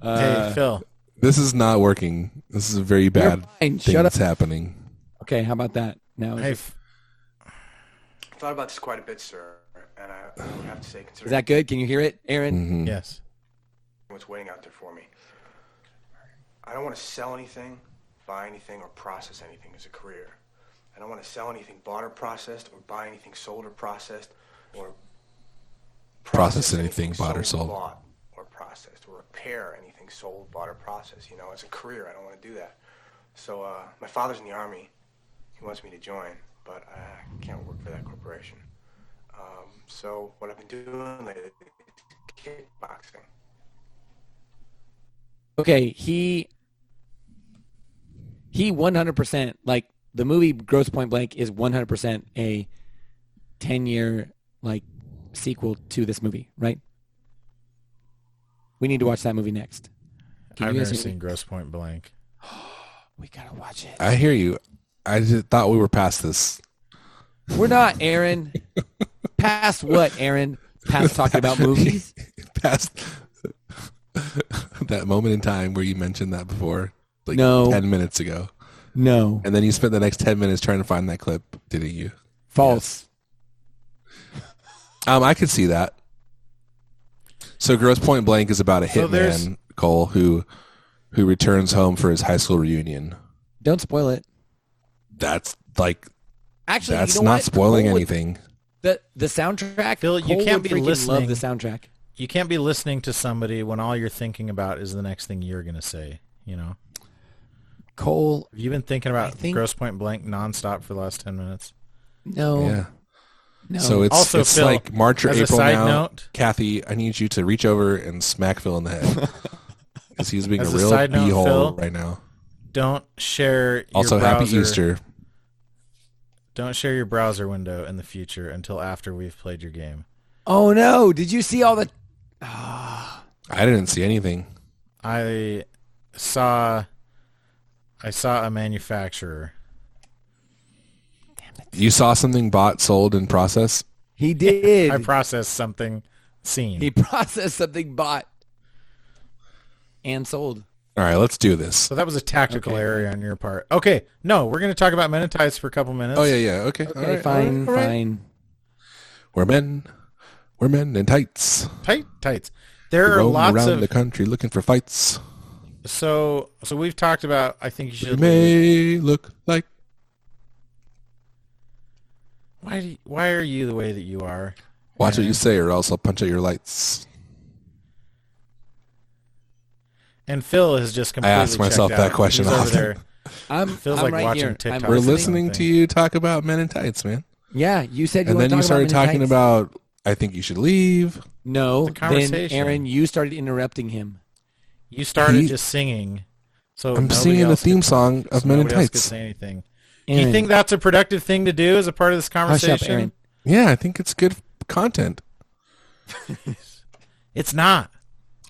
Speaker 3: Uh,
Speaker 2: hey Phil,
Speaker 1: this is not working. This is a very bad
Speaker 3: fine.
Speaker 1: thing
Speaker 3: Shut
Speaker 1: that's happening.
Speaker 3: okay, how about that? Now
Speaker 2: hey, F-
Speaker 4: I've thought about this quite a bit, sir, and I, I would have to say,
Speaker 3: is
Speaker 4: considering
Speaker 3: that good? Can you hear it,
Speaker 1: Mm-hmm.
Speaker 3: Aaron?
Speaker 1: Hmm.
Speaker 2: yes.
Speaker 4: what's waiting out there for me, I don't want to sell anything, buy anything, or process anything as a career. I don't want to sell anything bought or processed, or buy anything sold or processed, or
Speaker 1: Process anything bought or sold.
Speaker 4: bought or processed, or repair anything sold, bought, or processed. You know, as a career, I don't want to do that. So uh, my father's in the army. He wants me to join, but I can't work for that corporation. Um, so what I've been doing lately is kickboxing.
Speaker 3: Okay, he he 100% like the movie Gross Point Blank is 100% a 10-year like sequel to this movie, right? We need to watch that movie next. Can
Speaker 2: I've
Speaker 3: you
Speaker 2: never
Speaker 3: guys hear me?
Speaker 2: seen Gross Point Blank.
Speaker 3: We got to watch it.
Speaker 1: I hear you. I just thought we were past this.
Speaker 3: We're not Aaron. Past what, Aaron? Past talking about movies?
Speaker 1: Past that moment in time where you mentioned that before, like
Speaker 3: No.
Speaker 1: ten minutes ago,
Speaker 3: No.
Speaker 1: and then you spent the next ten minutes trying to find that clip, didn't you?
Speaker 3: False.
Speaker 1: Um, I could see that. So, Gross Point Blank is about a
Speaker 2: So
Speaker 1: hitman,
Speaker 2: there's-
Speaker 1: Cole, who who returns home for his high school reunion.
Speaker 3: Don't spoil it.
Speaker 1: That's like
Speaker 3: Actually, you
Speaker 1: that's
Speaker 3: know
Speaker 1: not
Speaker 3: what?
Speaker 1: spoiling
Speaker 3: Cole would-
Speaker 1: anything.
Speaker 3: The the soundtrack.
Speaker 2: Phil, you
Speaker 3: Cole
Speaker 2: can't
Speaker 3: would
Speaker 2: be
Speaker 3: freaking
Speaker 2: listening.
Speaker 3: Love the soundtrack.
Speaker 2: You can't be listening to somebody when all you're thinking about is the next thing you're gonna say. You know,
Speaker 3: Cole,
Speaker 2: have you been thinking about
Speaker 3: think-
Speaker 2: Gross Point Blank nonstop for the last ten minutes?
Speaker 3: no,
Speaker 1: yeah.
Speaker 3: no.
Speaker 1: So it's
Speaker 2: Um, Also,
Speaker 1: it's
Speaker 2: Phil,
Speaker 1: like March or
Speaker 2: as a
Speaker 1: April
Speaker 2: side
Speaker 1: now.
Speaker 2: note-
Speaker 1: Kathy, I need you to reach over and smack Phil in the head because he's being a
Speaker 2: As a
Speaker 1: real
Speaker 2: side note, Phil,
Speaker 1: beehole right now.
Speaker 2: Don't share. Your
Speaker 1: Also, happy
Speaker 2: browser-
Speaker 1: Easter.
Speaker 2: Don't share your browser window in the future until after we've played your game.
Speaker 3: Oh no! Did you see all the?
Speaker 1: I didn't see anything.
Speaker 2: I saw I saw a manufacturer.
Speaker 1: You saw something bought, sold, and processed.
Speaker 3: He did.
Speaker 2: I processed something seen.
Speaker 3: he processed something bought and sold.
Speaker 1: All right, let's do this.
Speaker 2: so that was a tactical area on your part. Okay, no, we're going to talk about Menetites for a couple minutes.
Speaker 1: Oh yeah, yeah. Okay. all
Speaker 3: Okay,
Speaker 1: right,
Speaker 3: fine,
Speaker 1: all right, all right.
Speaker 3: fine.
Speaker 1: We're men. We're men in tights.
Speaker 2: Tight tights. There are
Speaker 1: Roam
Speaker 2: lots
Speaker 1: around
Speaker 2: of
Speaker 1: the country looking for fights.
Speaker 2: so so we've talked about I think you
Speaker 1: You
Speaker 2: should
Speaker 1: may look like
Speaker 2: why do you, why are you the way that you are?
Speaker 1: watch what you say, or else I'll punch out your lights.
Speaker 2: And Phil has just completely
Speaker 1: asked myself
Speaker 2: checked out.
Speaker 1: that question
Speaker 2: He's over
Speaker 1: often.
Speaker 2: there.
Speaker 3: I'm,
Speaker 2: Feels
Speaker 3: I'm
Speaker 2: like
Speaker 3: right
Speaker 2: watching
Speaker 3: here.
Speaker 2: TikTok.
Speaker 3: I'm
Speaker 1: We're
Speaker 2: That's the
Speaker 1: listening to
Speaker 2: thing.
Speaker 1: you talk about men in tights, man.
Speaker 3: Yeah, you said you
Speaker 1: and
Speaker 3: wanted
Speaker 1: then you
Speaker 3: to talk
Speaker 1: started
Speaker 3: about
Speaker 1: talking
Speaker 3: Mennonites.
Speaker 1: about I think you should leave.
Speaker 2: Oh,
Speaker 3: no.
Speaker 2: The
Speaker 3: Then
Speaker 2: conversation.
Speaker 3: Aaron, you started interrupting him.
Speaker 2: You started
Speaker 1: He-
Speaker 2: just singing. So
Speaker 1: I'm
Speaker 2: nobody
Speaker 1: singing the
Speaker 2: else
Speaker 1: theme
Speaker 2: could-
Speaker 1: song of
Speaker 2: so
Speaker 1: Men in
Speaker 2: nobody else could
Speaker 1: Tights.
Speaker 2: say anything.
Speaker 3: Aaron,
Speaker 2: You think that's a productive thing to do as a part of this
Speaker 3: hush
Speaker 2: conversation?
Speaker 3: up, Aaron.
Speaker 1: Yeah, I think it's good content.
Speaker 2: It's not.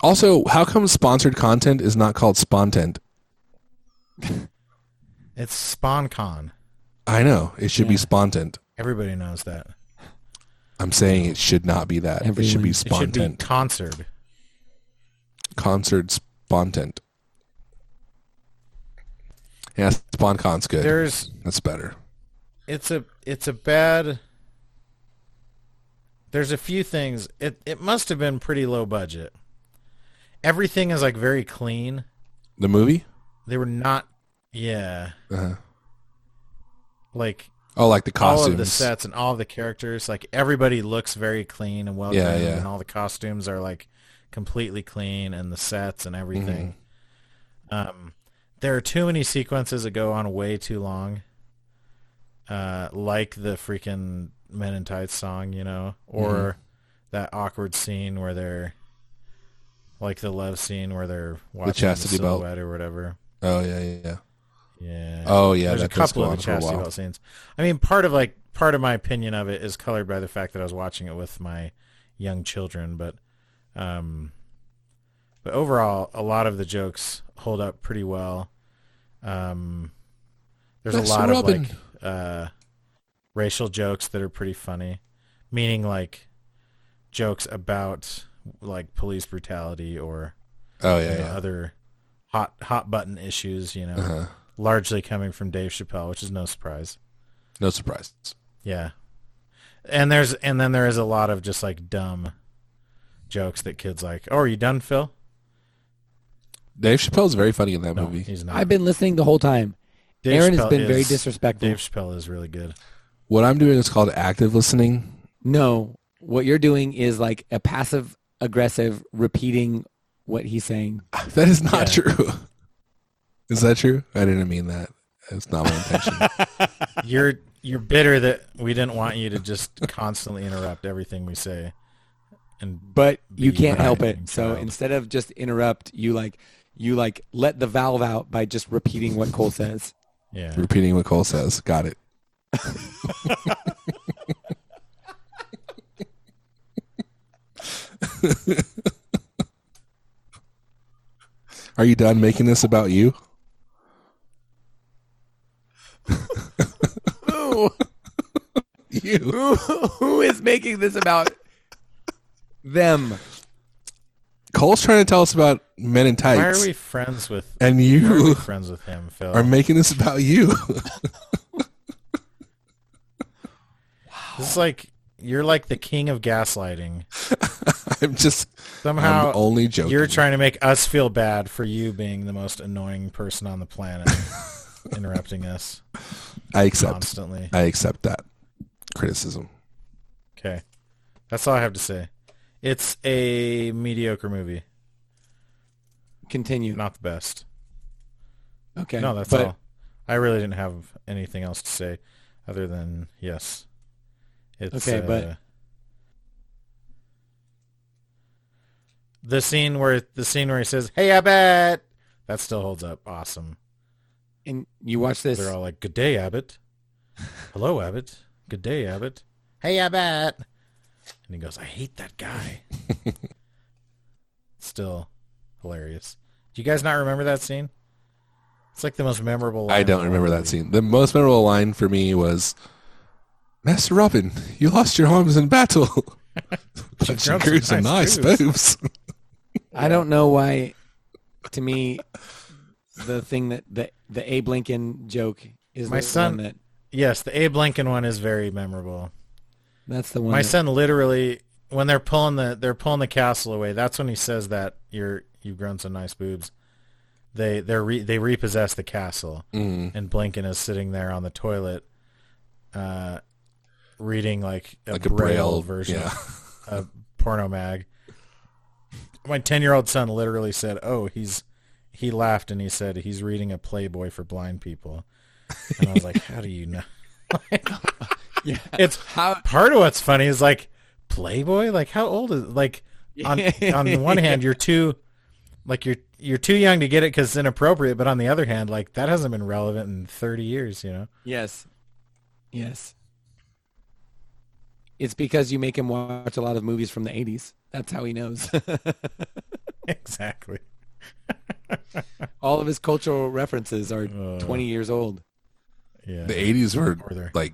Speaker 1: Also, how come sponsored content is not called spontent?
Speaker 2: It's SpawnCon.
Speaker 1: I know it should be spontent.
Speaker 2: Everybody knows that.
Speaker 1: I'm saying it should not be that. It should be
Speaker 2: It should be
Speaker 1: spontent.
Speaker 2: concert.
Speaker 1: Concert spontent. Yeah, sponcon's good.
Speaker 2: There's
Speaker 1: That's better.
Speaker 2: it's a it's a bad There's a few things. It it must have been pretty low budget. Everything is like very clean.
Speaker 1: The movie?
Speaker 2: They were not yeah. Like
Speaker 1: Oh, like the costumes.
Speaker 2: all of the sets and all of the characters, like everybody looks very clean and well
Speaker 1: Yeah,
Speaker 2: done,
Speaker 1: yeah.
Speaker 2: and all the costumes are like completely clean, and the sets and everything.
Speaker 1: Mm-hmm.
Speaker 2: Um, there are too many sequences that go on way too long, uh, like the freaking Men in Tights song, you know, or
Speaker 1: Mm-hmm.
Speaker 2: that awkward scene where they're like the love scene where they're watching
Speaker 1: chastity belt.
Speaker 2: silhouette or whatever.
Speaker 1: Oh yeah, yeah, yeah.
Speaker 2: Yeah.
Speaker 1: Oh yeah,
Speaker 2: There's a
Speaker 1: that does
Speaker 2: couple
Speaker 1: go
Speaker 2: of
Speaker 1: on
Speaker 2: the
Speaker 1: for a
Speaker 2: chastity
Speaker 1: while.
Speaker 2: belt scenes. I mean, part of like part of my opinion of it is colored by the fact that I was watching it with my young children, but um, but overall, a lot of the jokes hold up pretty well. Um, there's
Speaker 1: Nice
Speaker 2: a lot of
Speaker 1: rubbing.
Speaker 2: like uh, racial jokes that are pretty funny, meaning like jokes about like police brutality or
Speaker 1: Oh
Speaker 2: you
Speaker 1: yeah,
Speaker 2: know,
Speaker 1: yeah.
Speaker 2: other hot hot button issues, you know,
Speaker 1: Uh-huh.
Speaker 2: largely coming from Dave Chappelle, which is no surprise.
Speaker 1: No surprise.
Speaker 2: Yeah. And there's and then there is a lot of just like dumb jokes that kids like. Oh, are you done, Phil?
Speaker 1: Dave Chappelle's very funny in that
Speaker 2: No,
Speaker 1: movie.
Speaker 2: he's not.
Speaker 3: I've been listening the whole time.
Speaker 2: Dave
Speaker 3: Aaron has
Speaker 2: Chappelle
Speaker 3: been very
Speaker 2: is-
Speaker 3: disrespectful.
Speaker 2: Dave Chappelle is really good.
Speaker 1: What I'm doing is called active listening.
Speaker 3: No, what you're doing is like a passive aggressive repeating what he's saying.
Speaker 1: That is not true. Is that true? I didn't mean that. It's not my intention.
Speaker 2: You're you're bitter that we didn't want you to just constantly interrupt everything we say. And
Speaker 3: But you
Speaker 2: Be
Speaker 3: can't help
Speaker 2: right,
Speaker 3: it. So
Speaker 2: child.
Speaker 3: instead of just interrupt, you like you like let the valve out by just repeating what Cole says.
Speaker 2: yeah.
Speaker 1: Repeating what Cole says. Got it. Are you done making this about you? you.
Speaker 3: Who is making this about them?
Speaker 1: Cole's trying to tell us about men in tights.
Speaker 2: Why are we friends with
Speaker 1: and
Speaker 2: why are we
Speaker 1: you
Speaker 2: friends with him, Phil?
Speaker 1: are making this about you.
Speaker 2: This is like you're like the king of gaslighting.
Speaker 1: I'm just
Speaker 2: Somehow
Speaker 1: I'm only joking.
Speaker 2: you're trying to make us feel bad for you being the most annoying person on the planet, interrupting us
Speaker 1: I accept.
Speaker 2: constantly.
Speaker 1: I accept that criticism.
Speaker 2: Okay, that's all I have to say. It's a mediocre movie,
Speaker 3: Continue.
Speaker 2: not the best.
Speaker 3: Okay.
Speaker 2: No, that's
Speaker 3: but
Speaker 2: all. I really didn't have anything else to say, other than yes, it's
Speaker 3: Okay, but-
Speaker 2: uh, the scene where the scene where he says, "Hey, Abbott," that still holds up. Awesome.
Speaker 3: And you watch this.
Speaker 2: They're all like, "Good day, Abbott." Hello, Abbott. Good day, Abbott. Hey, Abbott. And he goes, "I hate that guy." Still hilarious. Do you guys not remember that scene? It's like the most memorable. line
Speaker 1: I
Speaker 2: in the
Speaker 1: don't
Speaker 2: whole
Speaker 1: remember that
Speaker 2: movie.
Speaker 1: scene. The most memorable line for me was Master Robin, you lost your arms in battle. But you
Speaker 2: dropped
Speaker 1: grew some
Speaker 2: some
Speaker 1: nice
Speaker 2: nice
Speaker 1: boobs.
Speaker 3: I don't know why. To me, the thing that the the Abe Lincoln joke is
Speaker 2: My
Speaker 3: the
Speaker 2: son-
Speaker 3: one that
Speaker 2: Yes, the Abe Lincoln one is very memorable.
Speaker 3: that's the one.
Speaker 2: My
Speaker 3: that-
Speaker 2: son literally, when they're pulling the they're pulling the castle away, that's when he says that you're you've grown some nice boobs. They they re, they repossess the castle,
Speaker 1: Mm-hmm.
Speaker 2: and Blinken is sitting there on the toilet, uh, reading like a,
Speaker 1: Like a
Speaker 2: braille,
Speaker 1: braille
Speaker 2: version,
Speaker 1: Yeah.
Speaker 2: of a porno mag. My ten year old son literally said, "Oh, he's." He laughed and he said, "He's reading a Playboy for blind people," and I was like, "How do you know?"
Speaker 3: Yeah.
Speaker 2: it's
Speaker 3: How-
Speaker 2: part of what's funny is like Playboy. Like how old is like on on the one hand you're too like you're you're too young to get it because it's inappropriate, but on the other hand like that hasn't been relevant in thirty years. You know?
Speaker 3: Yes. Yes. It's because you make him watch a lot of movies from the 80s. That's how he knows.
Speaker 2: exactly.
Speaker 3: All of his cultural references are
Speaker 2: Uh.
Speaker 3: 20 years old.
Speaker 2: Yeah.
Speaker 1: The eighties were
Speaker 2: Or there.
Speaker 1: like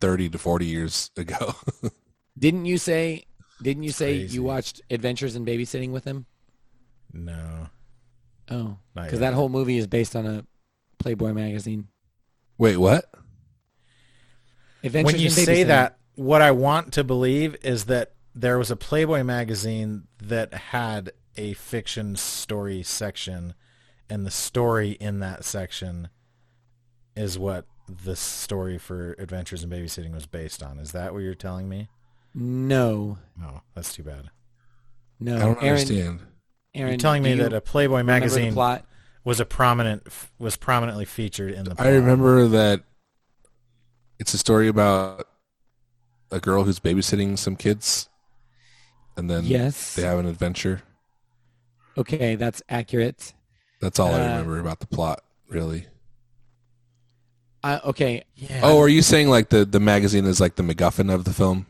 Speaker 1: thirty to forty years ago.
Speaker 3: Didn't you say didn't you say
Speaker 2: crazy.
Speaker 3: you watched Adventures in Babysitting with him?
Speaker 2: no.
Speaker 3: Oh.
Speaker 2: Not
Speaker 3: Cuz
Speaker 2: yet.
Speaker 3: that whole movie is based on a Playboy magazine.
Speaker 1: Wait, what?
Speaker 3: Adventures
Speaker 2: when you
Speaker 3: in
Speaker 2: say
Speaker 3: Babysitting.
Speaker 2: that, what I want to believe is that there was a Playboy magazine that had a fiction story section, and the story in that section is what the story for Adventures in Babysitting was based on. Is that what you're telling me?
Speaker 3: No.
Speaker 2: No, that's too bad.
Speaker 3: No.
Speaker 1: I don't
Speaker 3: Um, Aaron,
Speaker 1: understand.
Speaker 3: Aaron,
Speaker 2: you're telling me
Speaker 3: do you
Speaker 2: that a Playboy
Speaker 3: remember the
Speaker 2: magazine
Speaker 3: plot?
Speaker 2: was a prominent was prominently featured in the.
Speaker 1: I
Speaker 2: plot.
Speaker 1: remember that it's a story about a girl who's babysitting some kids, and then
Speaker 3: Yes.
Speaker 1: they have an adventure.
Speaker 3: Okay, that's accurate.
Speaker 1: That's all I
Speaker 3: Uh,
Speaker 1: remember about the plot, really.
Speaker 3: Uh, okay,
Speaker 2: Yeah.
Speaker 1: Oh, are you saying like the the magazine is like the MacGuffin of the film?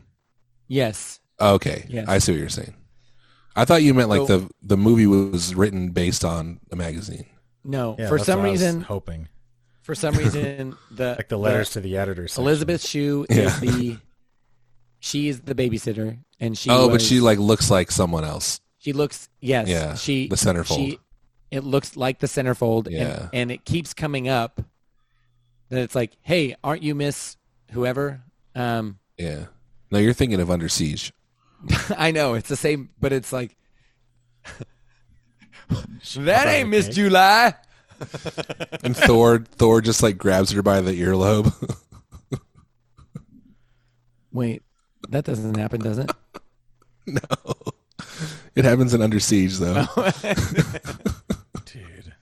Speaker 3: yes.
Speaker 1: Okay,
Speaker 3: Yes.
Speaker 1: I see what you're saying. I thought you meant like
Speaker 3: So-
Speaker 1: the the movie was written based on a magazine.
Speaker 3: No,
Speaker 2: Yeah,
Speaker 3: for
Speaker 2: that's
Speaker 3: some
Speaker 2: what I was
Speaker 3: reason,
Speaker 2: hoping
Speaker 3: for some reason, the
Speaker 2: like the letters to the editor.
Speaker 3: the
Speaker 2: Section.
Speaker 3: Elizabeth Shue
Speaker 1: Yeah.
Speaker 3: is the she is the babysitter, and she
Speaker 1: oh, but
Speaker 3: was-
Speaker 1: she like looks like someone else.
Speaker 3: She looks yes.
Speaker 1: Yeah,
Speaker 3: She
Speaker 1: the centerfold.
Speaker 3: She, it looks like the centerfold. and-
Speaker 1: Yeah.
Speaker 3: And, it keeps coming up that it's like, hey, aren't you Miss Whoever? Um,
Speaker 1: Yeah. No, you're thinking of Under Siege.
Speaker 3: I know it's the same, but it's like
Speaker 2: Up
Speaker 3: that
Speaker 2: on
Speaker 3: ain't
Speaker 2: the
Speaker 3: Miss
Speaker 2: cake.
Speaker 3: July.
Speaker 1: And Thor Thor just like grabs her by the earlobe.
Speaker 3: Wait, that doesn't happen, does it?
Speaker 1: it happens in Under Siege though.
Speaker 2: dude,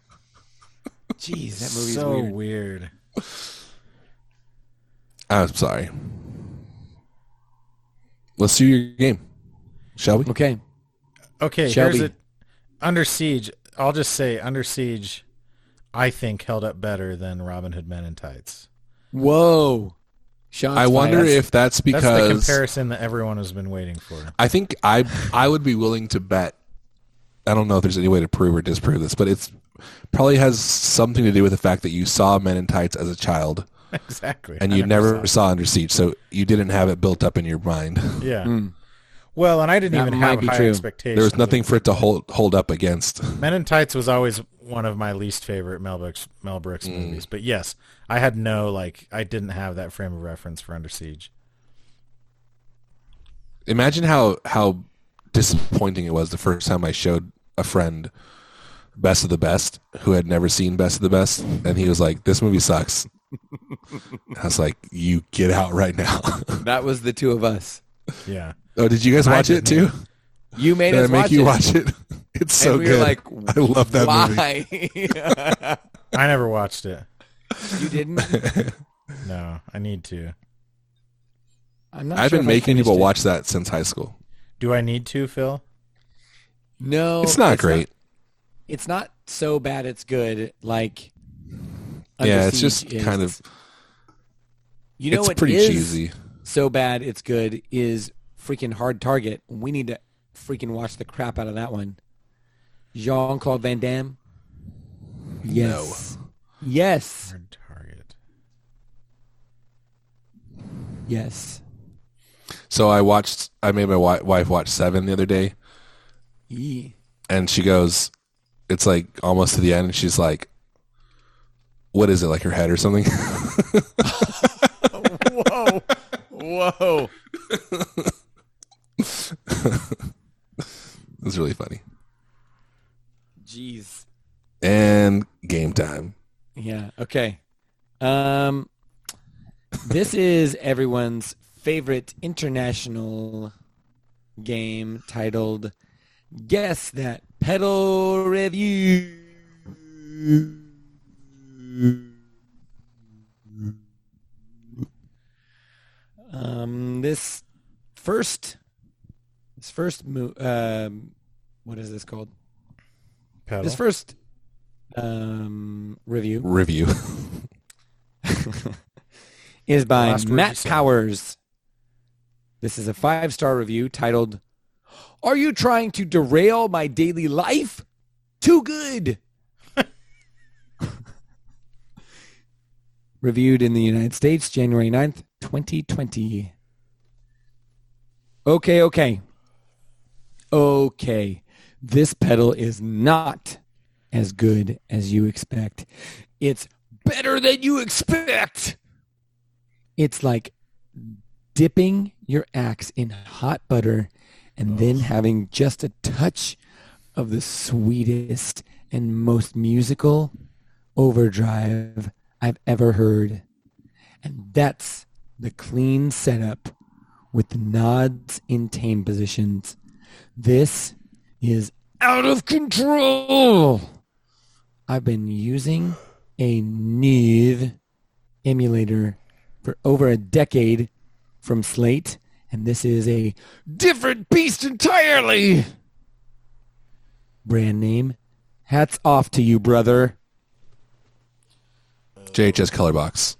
Speaker 3: Jeez, that movie's
Speaker 2: so
Speaker 3: weird.
Speaker 2: weird.
Speaker 1: I'm sorry. Let's do your game. Shall we?
Speaker 3: Okay,
Speaker 2: Okay, here's
Speaker 3: Shelby.
Speaker 2: it. Under Siege. I'll just say Under Siege. I think held up better than Robin Hood Men in Tights.
Speaker 3: whoa. Sean's
Speaker 1: I wonder
Speaker 3: fired.
Speaker 1: if that's
Speaker 2: That's
Speaker 1: because
Speaker 2: the comparison that everyone has been waiting for.
Speaker 1: I think I I would be willing to bet. I don't know if there's any way to prove or disprove this, but it's probably has something to do with the fact that you saw Men in Tights as a child
Speaker 2: exactly.
Speaker 1: and you
Speaker 2: 100%.
Speaker 1: never saw Under Siege, so you didn't have it built up in your mind.
Speaker 2: Yeah. Well, and I didn't
Speaker 3: Hmm. That
Speaker 2: even
Speaker 3: might
Speaker 2: have
Speaker 3: be
Speaker 2: high
Speaker 3: true.
Speaker 2: expectations.
Speaker 1: There was nothing for it to hold hold up against.
Speaker 2: Men in Tights was always one of my least favorite Mel Brooks, Mel Brooks
Speaker 3: Hmm.
Speaker 2: movies. But yes, I had no like I didn't have that frame of reference for Under Siege.
Speaker 1: Imagine how how disappointing it was the first time I showed a friend Best of the Best who had never seen Best of the Best, and he was like, "This movie sucks." I was like, "You get out right now."
Speaker 3: that was the two of us.
Speaker 2: Yeah.
Speaker 1: oh, did you guys
Speaker 2: I
Speaker 1: watch it too?
Speaker 2: didn't.
Speaker 3: You made
Speaker 1: Did I
Speaker 3: us
Speaker 1: make
Speaker 3: watch
Speaker 1: you
Speaker 3: it.
Speaker 1: watch it? It's so
Speaker 3: and we
Speaker 1: good.
Speaker 3: were like,
Speaker 1: I love that movie.
Speaker 3: why?
Speaker 2: I never watched it.
Speaker 3: you didn't.
Speaker 2: No, I need to.
Speaker 3: I'm not.
Speaker 1: I've
Speaker 3: sure
Speaker 1: been
Speaker 3: if I
Speaker 1: making people
Speaker 3: finished it.
Speaker 1: watch that since high school.
Speaker 2: Do I need to, Phil?
Speaker 3: No,
Speaker 1: it's not great.
Speaker 3: it's not so bad. It's good. Like,
Speaker 1: yeah,
Speaker 3: Under
Speaker 1: it's just
Speaker 3: Siege is-
Speaker 1: kind of.
Speaker 3: You know
Speaker 1: it's
Speaker 3: what
Speaker 1: pretty
Speaker 3: is
Speaker 1: cheesy.
Speaker 3: So bad, it's good. Is freaking hard target. We need to freaking watch the crap out of that one. Jean Claude Van Damme. Yes. Yes.
Speaker 2: Hard target.
Speaker 3: Yes.
Speaker 1: So I watched. I made my wi- wife watch Seven the other day,
Speaker 3: Yee.
Speaker 1: and she goes, "It's like almost to the end," and she's like, "What is it? Like her head or something?"
Speaker 2: Whoa. Whoa.
Speaker 1: it's really funny.
Speaker 3: Jeez.
Speaker 1: And game time.
Speaker 3: Yeah. Okay. Um, this is everyone's favorite international game titled "Guess That Pedal Review." Um, this first, this first, mo- um, what is this called?
Speaker 2: Pedal.
Speaker 3: This first um, review
Speaker 1: Review.
Speaker 3: is by
Speaker 2: Last word you
Speaker 3: Matt
Speaker 2: said.
Speaker 3: Powers. This is a five star review titled, Are you trying to derail my daily life? Too good. Reviewed in the United States January 9th, 2020. Okay, okay. Okay. This pedal is not as good as you expect. It's better than you expect. It's like dipping your axe in hot butter and then having just a touch of the sweetest and most musical overdrive I've ever heard. And that's the clean setup with the nods in tame positions. This is out of control. I've been using a Neve emulator for over a decade from Slate, and this is a different beast entirely. Brand name. Hats off to you, brother.
Speaker 1: JHS color box.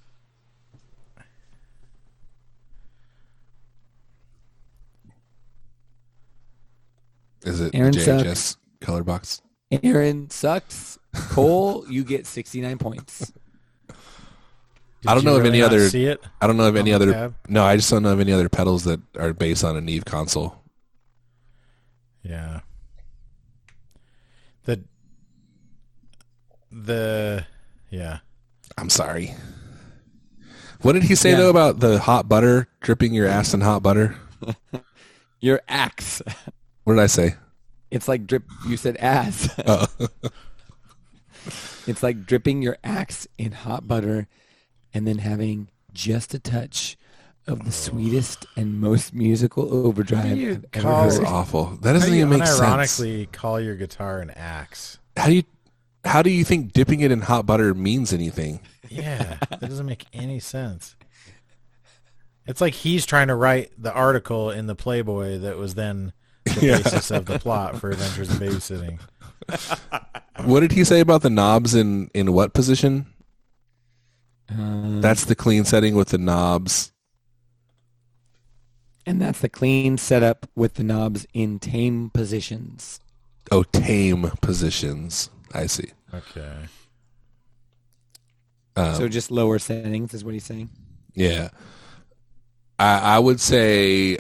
Speaker 1: Is it the
Speaker 3: Aaron
Speaker 1: JHS color box?
Speaker 3: Aaron sucks. Cole, you get 69 points.
Speaker 1: I don't
Speaker 2: you
Speaker 1: know of
Speaker 2: really
Speaker 1: any
Speaker 2: not
Speaker 1: other.
Speaker 2: See it?
Speaker 1: I don't know of any
Speaker 2: the
Speaker 1: other.
Speaker 2: tab?
Speaker 1: No, I just don't know of any other pedals that are based on an Eve console.
Speaker 2: Yeah. The the yeah.
Speaker 1: I'm sorry. What did he say
Speaker 3: Yeah.
Speaker 1: though about the hot butter dripping your ass in hot butter?
Speaker 3: Your axe.
Speaker 1: What did I say?
Speaker 3: It's like drip. You said ass.
Speaker 1: Oh.
Speaker 3: It's like dripping your axe in hot butter and then having just a touch of the sweetest and most musical overdrive
Speaker 2: you
Speaker 3: I've ever
Speaker 2: call-
Speaker 1: That is
Speaker 3: heard.
Speaker 1: awful. That doesn't
Speaker 2: How do you
Speaker 1: even make sense.
Speaker 2: unironically call your guitar an axe?
Speaker 1: How do you how do you think dipping it in hot butter means anything?
Speaker 2: Yeah, that doesn't make any sense. It's like he's trying to write the article in the Playboy that was then the basis of the plot for Adventures in Babysitting.
Speaker 1: What did he say about the knobs in in what position? That's the clean setting with the knobs.
Speaker 3: And that's the clean setup with the knobs in tame positions.
Speaker 1: Oh, tame positions. I see.
Speaker 2: Okay.
Speaker 1: Oh.
Speaker 3: so just lower settings is what he's saying.
Speaker 1: Yeah. I I would say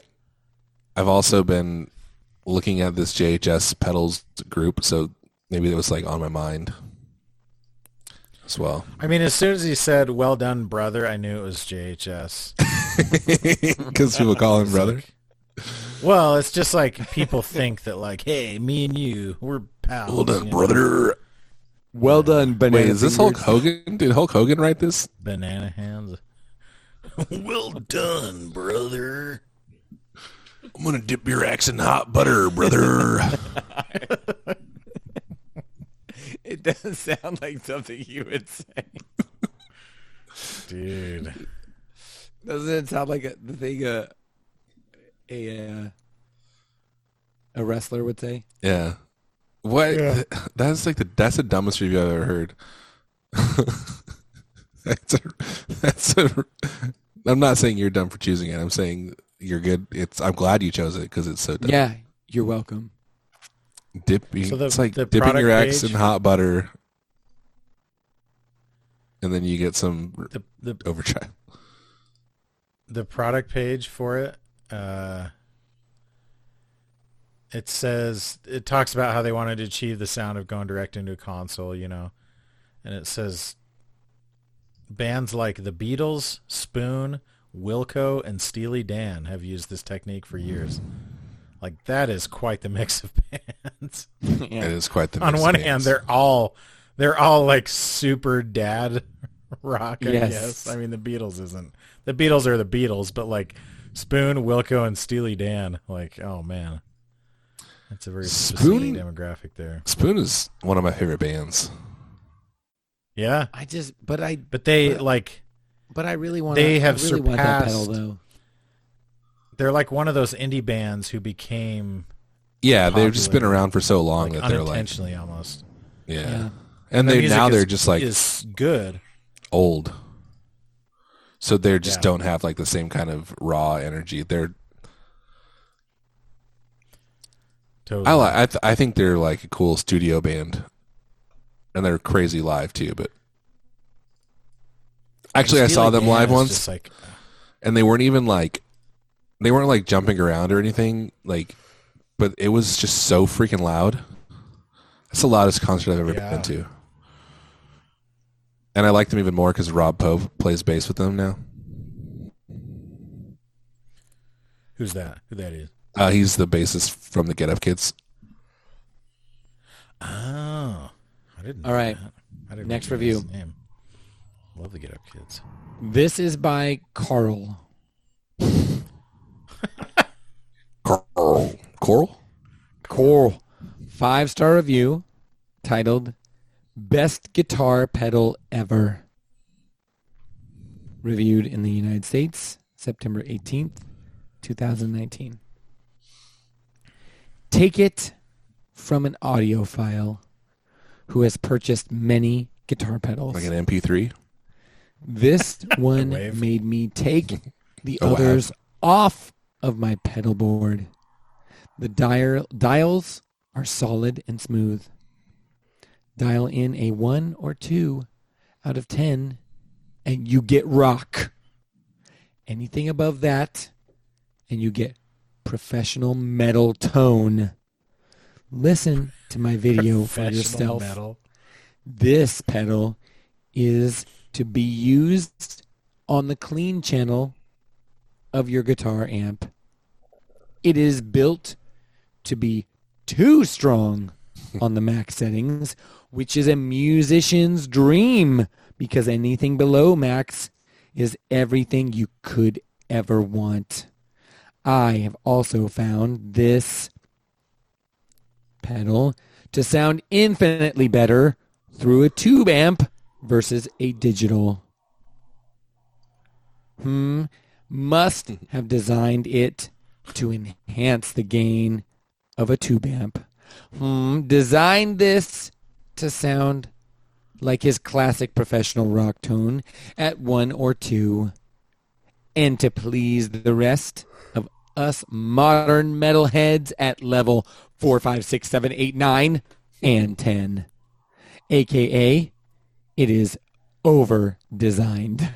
Speaker 1: I've also been looking at this JHS pedals group, so maybe it was like on my mind as well.
Speaker 2: I mean, as soon as he said "Well done, brother," I knew it was JHS.
Speaker 1: Because people call him brother.
Speaker 2: Well, it's just like people think that, like, hey, me and you, we're pals.
Speaker 1: Hold on,
Speaker 2: you know?
Speaker 1: brother.
Speaker 3: Well done, banana.
Speaker 1: Wait, is this Hulk
Speaker 3: fingers.
Speaker 1: Hogan? Did Hulk Hogan write this?
Speaker 2: Banana hands. well done, brother.
Speaker 1: I'm gonna dip your axe in hot butter, brother.
Speaker 3: It does sound like something you would say.
Speaker 2: Dude.
Speaker 3: Doesn't it sound like a, the thing a a uh, a wrestler would say?
Speaker 1: yeah. What? That's like the that's the dumbest review I've ever heard. that's a, that's a, I'm not saying you're dumb for choosing it. I'm saying you're good. It's I'm glad you chose it because it's so dumb.
Speaker 3: Yeah, you're welcome.
Speaker 1: dipping.
Speaker 2: So the-
Speaker 1: it's like
Speaker 2: the
Speaker 1: dipping your
Speaker 2: product
Speaker 1: axe in
Speaker 2: page-
Speaker 1: hot butter, and then you get some r-
Speaker 2: The, the
Speaker 1: overdrive.
Speaker 2: the product page for it uh it says it talks about how they wanted to achieve the sound of going direct into a console you know and it says bands like the beatles spoon wilco and steely dan have used this technique for years like that is quite the mix of bands
Speaker 1: It is quite the
Speaker 2: on
Speaker 1: mix of
Speaker 2: one
Speaker 1: things.
Speaker 2: hand they're all they're all like super dad rock i
Speaker 3: Yes.
Speaker 2: guess i mean the beatles isn't the beatles are the beatles but like spoon wilco and steely dan like oh man that's a very
Speaker 1: Spoon-
Speaker 2: specific demographic there
Speaker 1: Spoon is one of my favorite bands.
Speaker 2: yeah
Speaker 3: I just, but I,
Speaker 2: but they like
Speaker 3: but I really want.
Speaker 2: They have
Speaker 3: I really want that pedal
Speaker 2: surpassed-
Speaker 3: though.
Speaker 2: they're like one of those indie bands who became
Speaker 1: Yeah, they've just been
Speaker 2: Popular.
Speaker 1: around for so long
Speaker 2: like
Speaker 1: that they're like,
Speaker 2: unintentionally almost
Speaker 1: yeah.
Speaker 3: Yeah.
Speaker 1: And
Speaker 2: Their
Speaker 1: they
Speaker 2: music
Speaker 1: now
Speaker 2: is-
Speaker 1: they're just like
Speaker 2: is good
Speaker 1: old, so they just
Speaker 2: Yeah.
Speaker 1: don't have like the same kind of raw energy. They're
Speaker 2: totally
Speaker 1: I like I th- I think they're like a cool studio band, and they're crazy live too. But actually, I saw
Speaker 2: Steely
Speaker 1: them
Speaker 2: Dan
Speaker 1: live
Speaker 2: is
Speaker 1: once,
Speaker 2: just like
Speaker 1: and they weren't even like they weren't like jumping around or anything. Like, but it was just so freaking loud. That's the loudest concert I've ever
Speaker 2: Yeah.
Speaker 1: been to. And I like them even more because Rob Pope plays bass with them now.
Speaker 2: who's that who that is
Speaker 1: Uh, he's the bassist from the Get Up Kids.
Speaker 2: Oh, I didn't.
Speaker 3: All right.
Speaker 2: that. I didn't
Speaker 3: Next
Speaker 2: recognize
Speaker 3: review.
Speaker 2: the name. Love the Get Up Kids.
Speaker 3: This is by Carl.
Speaker 1: Coral. Coral?
Speaker 3: Carl, five star review, titled "Best Guitar Pedal Ever." reviewed in the United States September 18th, 2019. Take it from an audiophile who has purchased many guitar pedals.
Speaker 1: Like an MP3.
Speaker 3: This one
Speaker 2: wave. Oh,
Speaker 3: made me take the
Speaker 1: A wave.
Speaker 3: others off of my pedal board. The dial, dials are solid and smooth. Dial in a 1 or 2 out of 10 and you get rock. Anything above that and you get professional metal tone. Listen to my video for
Speaker 2: Professional
Speaker 3: yourself
Speaker 2: metal.
Speaker 3: this pedal is to be used on the clean channel of your guitar amp. It is built to be too strong on the max settings, which is a musician's dream because anything below max is everything you could ever want. I have also found this pedal to sound infinitely better through a tube amp versus a digital. Hmm. Must have designed it to enhance the gain of a tube amp. Hmm. Designed this to sound like his classic professional rock tone at one or two. And to please the rest of us modern metalheads at level four, five, six, seven, eight, nine, and 10 aka it is over designed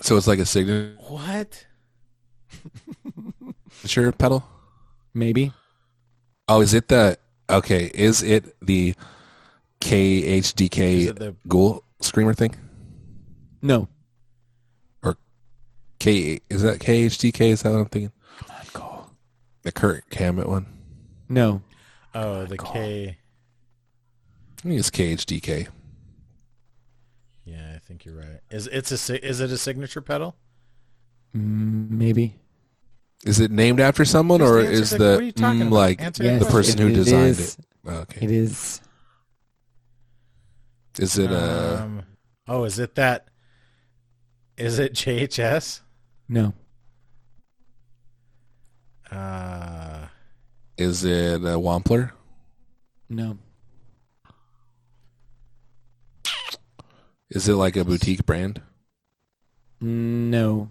Speaker 1: So it's like a signature
Speaker 2: What?
Speaker 1: pedal.
Speaker 3: maybe
Speaker 1: Oh, is it the okay? Is it the
Speaker 2: Is
Speaker 1: KHDK
Speaker 2: it the-
Speaker 1: ghoul screamer thing?
Speaker 3: no
Speaker 1: K is that KHDK? Is that what I'm thinking? The Kurt Hammett one.
Speaker 3: no
Speaker 2: Oh, the K.
Speaker 1: I think it's KHDK.
Speaker 2: Yeah, I think you're right. Is it's a si- is it a signature pedal?
Speaker 3: Mm, maybe
Speaker 1: Is it named after someone,
Speaker 2: Just
Speaker 1: or
Speaker 2: answer
Speaker 1: is
Speaker 2: the-
Speaker 1: the,
Speaker 2: what are you talking
Speaker 1: mm,
Speaker 2: about?
Speaker 1: like
Speaker 2: Answer
Speaker 1: the
Speaker 2: Yes,
Speaker 1: person who
Speaker 3: it
Speaker 1: designed
Speaker 3: is.
Speaker 1: it? Oh, Okay,
Speaker 3: it is
Speaker 1: is it uh,
Speaker 2: um, oh, is it that? Is it JHS?
Speaker 3: no
Speaker 2: Uh,
Speaker 1: is it a Wampler?
Speaker 3: no
Speaker 1: Is it like a boutique brand?
Speaker 3: no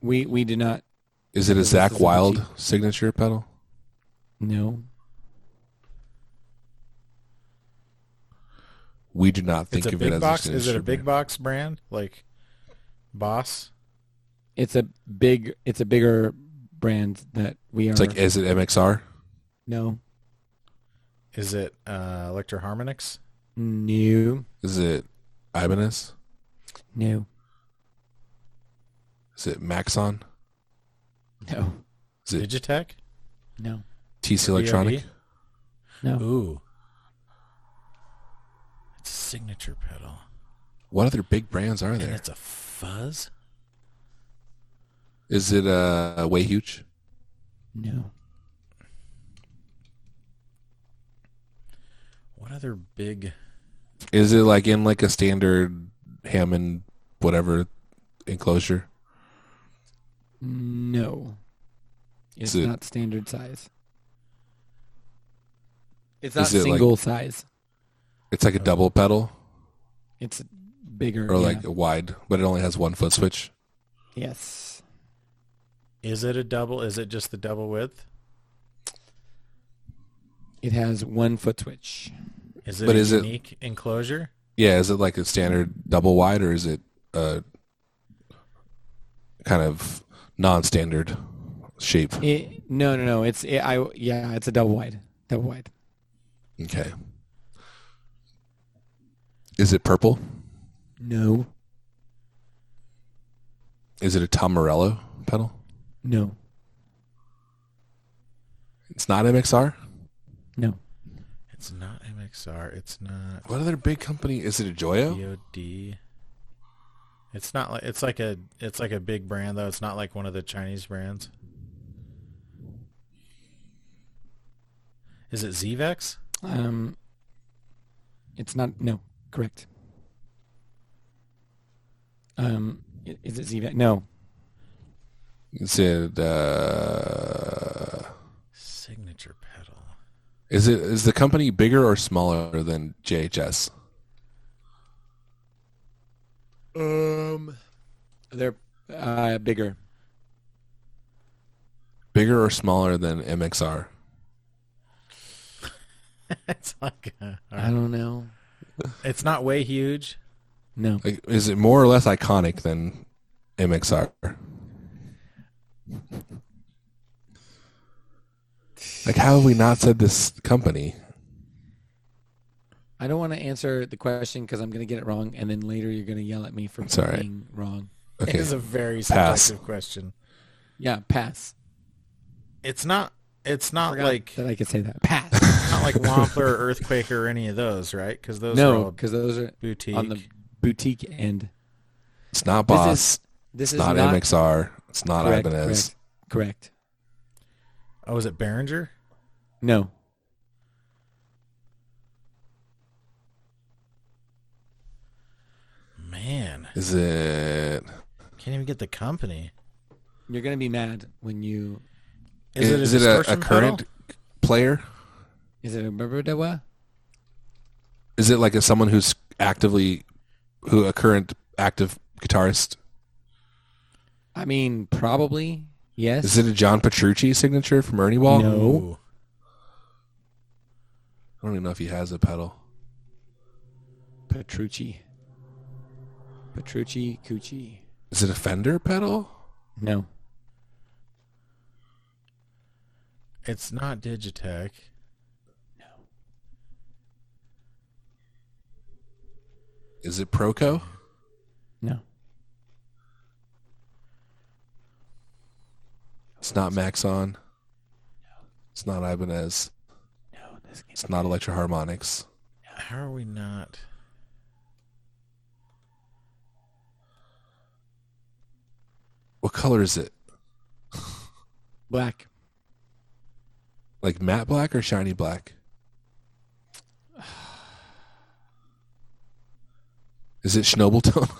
Speaker 3: we we do not
Speaker 1: Is it a
Speaker 3: This is
Speaker 1: Zach
Speaker 3: a
Speaker 1: Wild signature pedal?
Speaker 3: no
Speaker 1: We do not think
Speaker 2: it's a
Speaker 1: of it
Speaker 2: big
Speaker 1: as
Speaker 2: box.
Speaker 1: a
Speaker 2: Is it a
Speaker 1: signature
Speaker 2: big
Speaker 1: brand.
Speaker 2: box brand like Boss?
Speaker 3: it's a big it's a bigger brand that we are
Speaker 1: It's like is it MXR?
Speaker 3: no
Speaker 2: Is it uh, Electro Harmonix?
Speaker 3: no
Speaker 1: Is it Ibanez?
Speaker 3: no
Speaker 1: Is it Maxon?
Speaker 3: no
Speaker 1: Is it
Speaker 2: Digitech?
Speaker 3: no
Speaker 1: TC Electronic?
Speaker 2: DRB?
Speaker 3: no
Speaker 2: Ooh, it's a signature pedal,
Speaker 1: What other big brands are
Speaker 2: and
Speaker 1: there?
Speaker 2: it's a fuzz.
Speaker 1: Is it uh Way Huge?
Speaker 3: no
Speaker 2: What other big?
Speaker 1: Is it like in like a standard Hammond whatever enclosure?
Speaker 3: no it's
Speaker 1: Is it-
Speaker 3: not standard size it's not
Speaker 1: Is it like-
Speaker 3: single size
Speaker 1: It's
Speaker 2: Uh,
Speaker 1: like a double pedal
Speaker 3: it's bigger
Speaker 1: or
Speaker 3: yeah.
Speaker 1: like a wide, but it only has one foot switch.
Speaker 3: Yes.
Speaker 2: Is it a double? Is it just the double width?
Speaker 3: It has one foot switch.
Speaker 2: Is it
Speaker 1: But
Speaker 2: a
Speaker 1: is it-
Speaker 2: unique enclosure?
Speaker 1: Yeah, is it like a standard double wide or is it uh kind of non-standard shape?
Speaker 3: It, no, no, no. It's it, I yeah. It's a double wide. Double wide.
Speaker 1: Okay. Is it purple?
Speaker 3: No,
Speaker 1: Is it a Tom Morello pedal?
Speaker 3: no,
Speaker 1: It's not MXR.
Speaker 3: no.
Speaker 2: It's not MXR. It's not
Speaker 1: What other big company? Is it a Joyo?
Speaker 2: DOD. It's not like it's like a it's like a big brand though. It's not like one of the Chinese brands. Is it Zvex?
Speaker 3: Um, it's not. No, Correct. Um, i- is it Zivek? No.
Speaker 1: It said, uh,
Speaker 2: Signature pedal.
Speaker 1: is it is the company bigger or smaller than JHS?
Speaker 3: They're uh, bigger.
Speaker 1: Bigger or smaller than MXR?
Speaker 2: it's like a,
Speaker 3: I don't know.
Speaker 2: it's not way huge.
Speaker 3: No.
Speaker 1: Like, is it more or less iconic than MXR? Like, how have we not said this company?
Speaker 3: I don't want to answer the question because I'm going to get it wrong, and then later you're going to yell at me for
Speaker 1: It's all right.
Speaker 3: being wrong.
Speaker 1: Okay,
Speaker 2: It is a very
Speaker 1: Pass.
Speaker 2: subjective question.
Speaker 3: Yeah, pass.
Speaker 2: It's not. It's not like
Speaker 3: That I could say that. Pass.
Speaker 2: not like Wampler, or Earthquaker, or any of those, right? Because those are
Speaker 3: no,
Speaker 2: all
Speaker 3: because those are
Speaker 2: boutique.
Speaker 3: on the boutique end.
Speaker 1: it's not
Speaker 3: This
Speaker 1: Boss.
Speaker 3: is- This
Speaker 1: it's
Speaker 3: is
Speaker 1: not,
Speaker 3: not,
Speaker 1: MXR. It's not
Speaker 3: correct,
Speaker 1: Ibanez.
Speaker 3: correct, correct.
Speaker 2: oh, is it Behringer?
Speaker 3: No.
Speaker 2: Man,
Speaker 1: Is it?
Speaker 2: can't even get the company.
Speaker 3: You're going to be mad when you.
Speaker 2: Is, it a
Speaker 1: is it a,
Speaker 2: distortion
Speaker 1: current
Speaker 2: pedal?
Speaker 1: player?
Speaker 3: Is it a Berberdewa?
Speaker 1: Is it like a, someone who's actively, who a current active guitarist?
Speaker 3: I mean, probably. Yes.
Speaker 1: Is it a John Petrucci signature from Ernie Ball?
Speaker 3: No.
Speaker 2: Ooh.
Speaker 1: I don't even know if he has a pedal.
Speaker 3: Petrucci. Petrucci Cucci.
Speaker 1: Is it a Fender pedal?
Speaker 3: No.
Speaker 2: It's not Digitech.
Speaker 1: Is it Proco?
Speaker 3: No.
Speaker 1: It's not Maxon. It's not Ibanez.
Speaker 3: No. This game.
Speaker 1: It's not Electro Harmonix.
Speaker 2: How are we not?
Speaker 1: What color is it?
Speaker 3: Black.
Speaker 1: Like matte black or shiny black? Is it Schnobelton?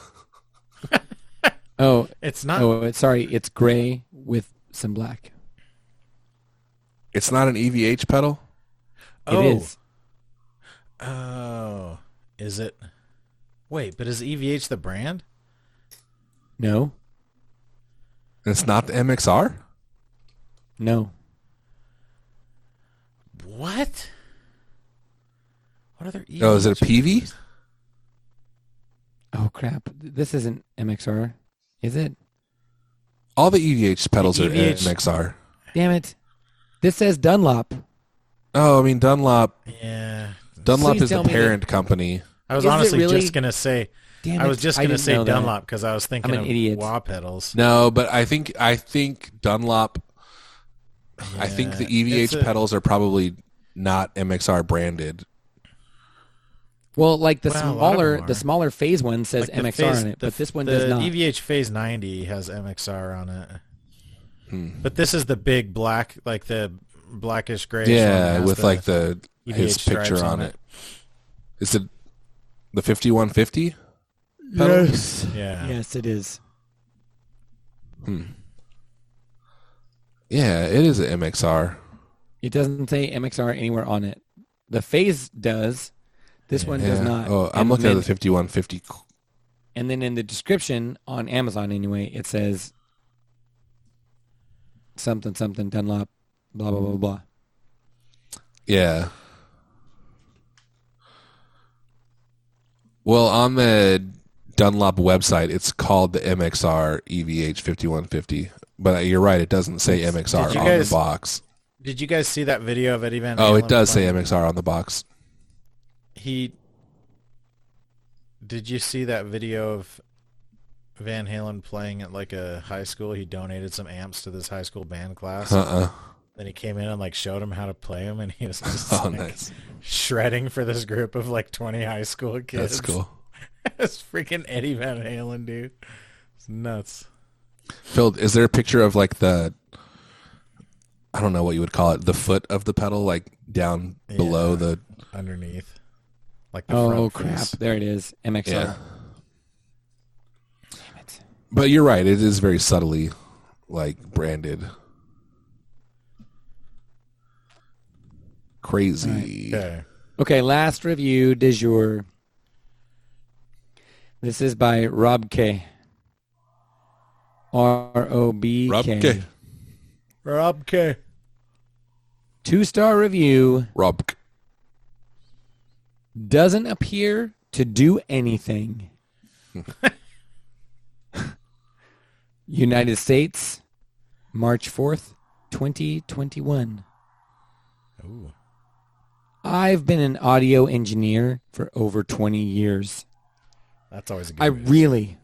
Speaker 3: Oh,
Speaker 2: It's not.
Speaker 3: oh, it's- sorry. It's gray with some black.
Speaker 1: it's not an EVH pedal.
Speaker 2: oh,
Speaker 3: It is.
Speaker 2: oh, is it? Wait, but is EVH the brand?
Speaker 3: No.
Speaker 1: And it's not the MXR?
Speaker 3: No.
Speaker 2: What? What other? E EVH?
Speaker 1: Oh, is it a PV?
Speaker 3: Oh crap. This isn't MXR, is it?
Speaker 1: All the EVH pedals
Speaker 3: E
Speaker 1: are
Speaker 2: EVH.
Speaker 1: MXR.
Speaker 3: Damn it. This says Dunlop.
Speaker 1: Oh, I mean Dunlop.
Speaker 2: Yeah,
Speaker 1: Dunlop
Speaker 3: Please
Speaker 1: is the
Speaker 3: tell me that-
Speaker 1: parent company.
Speaker 2: I was
Speaker 3: Is it
Speaker 2: honestly
Speaker 3: really-
Speaker 2: just gonna say.
Speaker 3: Damn it.
Speaker 2: I was just gonna
Speaker 3: didn't
Speaker 2: say
Speaker 3: know that.
Speaker 2: Dunlop because I was thinking
Speaker 3: an
Speaker 2: of
Speaker 3: idiot.
Speaker 2: wah pedals.
Speaker 1: No, but I think I think Dunlop. I think
Speaker 2: Yeah,
Speaker 1: the E
Speaker 2: it's
Speaker 1: EVH
Speaker 2: a-
Speaker 1: pedals are probably not MXR branded.
Speaker 3: Well, like the
Speaker 2: Wow, a lot of
Speaker 3: smaller
Speaker 2: them
Speaker 3: the
Speaker 2: are.
Speaker 3: smaller phase one
Speaker 2: Like
Speaker 3: says
Speaker 2: the
Speaker 3: MXR
Speaker 2: phase-
Speaker 3: on it,
Speaker 2: the-
Speaker 3: but this one
Speaker 2: the E
Speaker 3: does not.
Speaker 2: EVH Phase 90 has MXR on it.
Speaker 1: Hmm.
Speaker 2: But this is the big black, like the blackish gray.
Speaker 1: Yeah, with like the his
Speaker 2: EVH E stripes
Speaker 1: picture
Speaker 2: on
Speaker 1: on it.
Speaker 2: it.
Speaker 1: Is it the fifty one fifty?
Speaker 3: yes.
Speaker 2: yeah.
Speaker 3: Oh. Yes, it is.
Speaker 1: Yeah, it is an MXR.
Speaker 3: It doesn't say MXR anywhere on it. The phase does. This one
Speaker 1: Yeah.
Speaker 3: does not.
Speaker 1: Oh, I'm
Speaker 3: And
Speaker 1: looking
Speaker 3: then,
Speaker 1: at the fifty one fifty.
Speaker 3: And then in the description on Amazon anyway, it says something something Dunlop, blah blah blah blah.
Speaker 1: Yeah. Well, on the Dunlop website, it's called the MXR EVH fifty one fifty. But you're right; it doesn't say MXR
Speaker 2: you
Speaker 1: on
Speaker 2: guys-
Speaker 1: the box.
Speaker 2: Did you guys see that video of Eddie Van?
Speaker 1: Oh,
Speaker 2: Halen
Speaker 1: it does say
Speaker 2: playing?
Speaker 1: MXR on the box.
Speaker 2: He. Did you see that video of Van Halen playing at like a high school? He donated some amps to this high school band class.
Speaker 1: Uh uh
Speaker 2: Then he came in and like showed him how to play them, and he was just
Speaker 1: Oh,
Speaker 2: like,
Speaker 1: nice.
Speaker 2: shredding for this group of like twenty high school
Speaker 1: That's
Speaker 2: kids.
Speaker 1: cool.
Speaker 2: That's freaking Eddie Van Halen, dude. It's nuts.
Speaker 1: Phil, is there a picture of like the I don't know what you would call it, the foot of the pedal, like down below the
Speaker 2: Underneath. Like the
Speaker 3: Oh
Speaker 2: front
Speaker 3: crap!
Speaker 2: face.
Speaker 3: There it is. MXR.
Speaker 1: Yeah.
Speaker 3: Damn it.
Speaker 1: But you're right. It is very subtly like branded. Crazy.
Speaker 2: Okay.
Speaker 3: Okay, last review du jour. This is by Rob K. R O B
Speaker 1: Rob
Speaker 3: K.
Speaker 1: K.
Speaker 2: Rob K.
Speaker 3: Two star review.
Speaker 1: Rob. K.
Speaker 3: Doesn't appear to do anything. United States, March 4th, 2021.
Speaker 2: Ooh.
Speaker 3: I've been an audio engineer for over 20 years.
Speaker 2: That's always a good
Speaker 3: I
Speaker 2: way to-
Speaker 3: really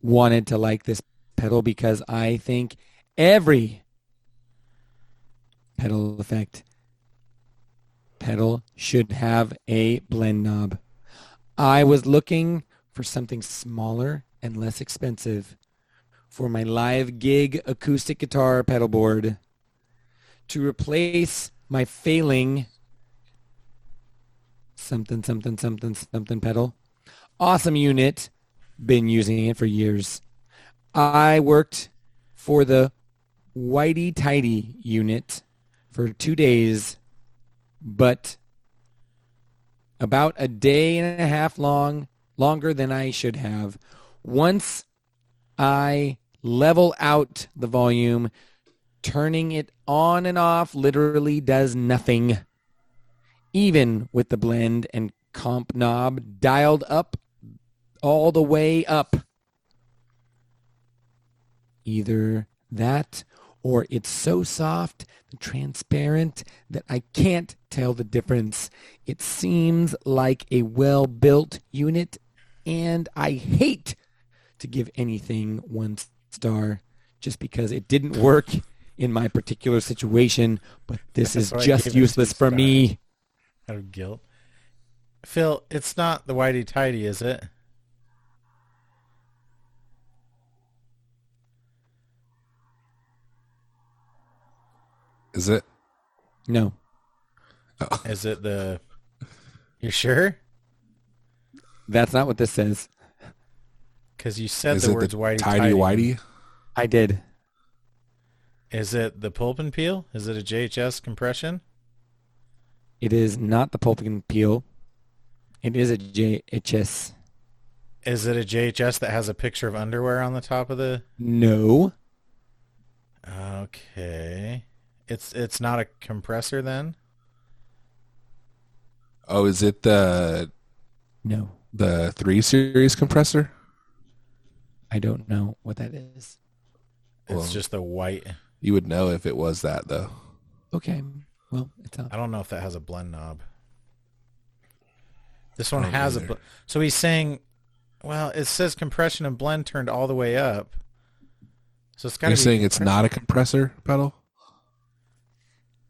Speaker 3: wanted to like this pedal because I think every pedal effect pedal should have a blend knob. I was looking for something smaller and less expensive for my live gig acoustic guitar pedal board to replace my failing something something something something pedal awesome unit. Been using it for years. I worked for the Whitey Tidy unit for two days, but about a day and a half long, longer than I should have. Once I level out the volume, turning it on and off literally does nothing even with the blend and comp knob dialed up all the way up. Either that or it's so soft and transparent that I can't tell the difference. It seems like a well-built unit and I hate to give anything one star just because it didn't work in my particular situation, but this
Speaker 2: That's
Speaker 3: is
Speaker 2: why I
Speaker 3: just
Speaker 2: gave it two
Speaker 3: useless for
Speaker 2: stars.
Speaker 3: me.
Speaker 2: out of guilt. Phil, it's not the whitey tidy, is it?
Speaker 1: Is it?
Speaker 3: No.
Speaker 2: Is it the? You sure?
Speaker 3: That's not what this says.
Speaker 2: Because you said
Speaker 1: Is
Speaker 2: the
Speaker 1: it
Speaker 2: words
Speaker 1: the
Speaker 2: whitey
Speaker 1: tidy
Speaker 2: tidy.
Speaker 1: whitey?
Speaker 3: I did.
Speaker 2: Is it the pulp and peel? Is it a JHS compression?
Speaker 3: It is not the pulp and peel. It is a JHS.
Speaker 2: Is it a JHS that has a picture of underwear on the top of the?
Speaker 3: No.
Speaker 2: Okay. It's it's not a compressor then.
Speaker 1: Oh, is it the
Speaker 3: No.
Speaker 1: the three series compressor?
Speaker 3: I don't know what that is.
Speaker 2: It's
Speaker 1: Well-
Speaker 2: just the white.
Speaker 1: You would know if it was that though.
Speaker 3: Okay. Well, it's not.
Speaker 2: I don't know if that has a blend knob. This one
Speaker 1: I don't
Speaker 2: has a.
Speaker 1: either.
Speaker 2: Bl- so he's saying, well, it says compression and blend turned all the way up. So it's got to
Speaker 1: You're
Speaker 2: be.
Speaker 1: saying it's not a compressor pedal?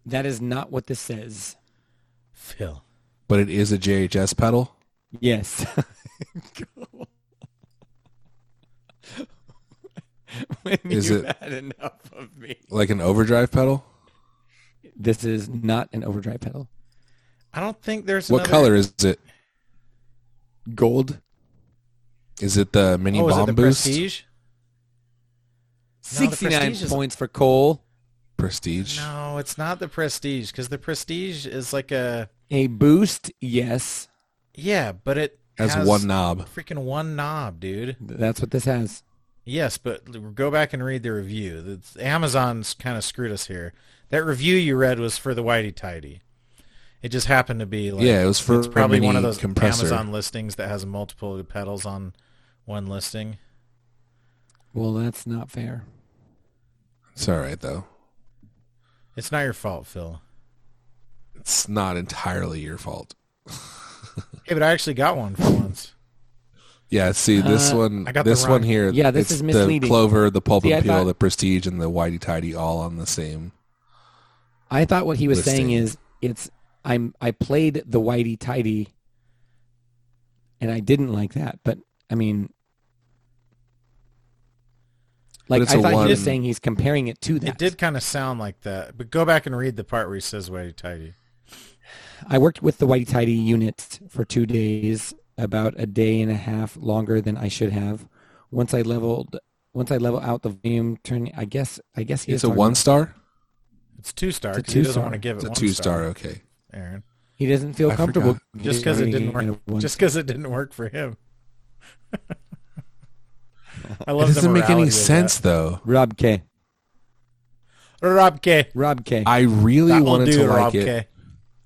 Speaker 3: That is not what this says.
Speaker 2: Phil.
Speaker 1: but it is a JHS pedal.
Speaker 3: Yes. when
Speaker 1: Is
Speaker 3: you
Speaker 1: it-
Speaker 3: had enough of me.
Speaker 1: Like an overdrive pedal?
Speaker 3: This is not an overdrive pedal.
Speaker 2: I don't think there's.
Speaker 1: What
Speaker 2: another-
Speaker 1: color is it?
Speaker 3: Gold.
Speaker 1: Is it the mini
Speaker 2: Oh, is
Speaker 1: bomb
Speaker 2: it the
Speaker 1: boost?
Speaker 2: Prestige? No, the
Speaker 3: 69
Speaker 2: Prestige is-
Speaker 3: points for Cole.
Speaker 1: Prestige?
Speaker 2: No, it's not the Prestige because the Prestige is like a
Speaker 3: A boost. Yes.
Speaker 2: yeah, but it
Speaker 1: Has one knob.
Speaker 2: Freaking one knob, dude.
Speaker 3: That's what this has.
Speaker 2: Yes, but l- go back and read the review. That's- Amazon's kind of screwed us here. That review you read was for the Whitey Tidy. It just happened to be like
Speaker 1: Yeah, it was for
Speaker 2: it's probably
Speaker 1: mini
Speaker 2: one of those
Speaker 1: compressor.
Speaker 2: Amazon listings that has multiple pedals on one listing.
Speaker 3: Well, that's not fair.
Speaker 1: It's all right though.
Speaker 2: It's not your fault, Phil.
Speaker 1: It's not entirely your fault.
Speaker 2: Hey, but I actually got one for once.
Speaker 1: Yeah, see this
Speaker 3: Uh,
Speaker 1: one,
Speaker 2: I got the
Speaker 1: this
Speaker 2: wrong-
Speaker 1: one here.
Speaker 3: Yeah, this
Speaker 1: it's
Speaker 3: is misleading.
Speaker 1: The Clover, the Pulp
Speaker 3: See, I
Speaker 1: and Peel,
Speaker 3: thought-
Speaker 1: the Prestige, and the Whitey Tidy all on the same.
Speaker 3: I thought what he was
Speaker 1: Listing.
Speaker 3: saying is it's I'm I played the whitey tidy and I didn't like that, but I mean
Speaker 1: But
Speaker 3: like
Speaker 1: it's
Speaker 3: I
Speaker 1: a
Speaker 3: thought he was
Speaker 1: one-
Speaker 3: saying he's comparing it to that.
Speaker 2: It did kind of sound like that, but go back and read the part where he says "Whitey Tidy."
Speaker 3: I worked with the Whitey Tidy unit for two days, about a day and a half longer than I should have. Once I leveled, once I level out the volume, turn. I guess, I guess he
Speaker 1: It's
Speaker 3: is
Speaker 1: a
Speaker 3: talking-
Speaker 1: one star.
Speaker 2: It's two star.
Speaker 3: It's a
Speaker 2: 'cause He doesn't
Speaker 3: two-star.
Speaker 2: want to give it
Speaker 1: It's a
Speaker 2: one
Speaker 1: two star. Okay.
Speaker 2: Aaron.
Speaker 3: He doesn't feel
Speaker 1: I
Speaker 3: comfortable
Speaker 2: Just because it
Speaker 3: rating
Speaker 2: didn't work.
Speaker 3: a one-
Speaker 2: Just because it didn't work for him. I
Speaker 1: It
Speaker 2: love the
Speaker 1: doesn't make
Speaker 2: morality
Speaker 1: any
Speaker 2: of
Speaker 1: sense though.
Speaker 3: Rob K.
Speaker 2: That. Rob K.
Speaker 3: Rob K.
Speaker 1: I really
Speaker 2: That'll
Speaker 1: wanted
Speaker 2: do,
Speaker 1: to like
Speaker 2: Rob
Speaker 1: it
Speaker 2: K.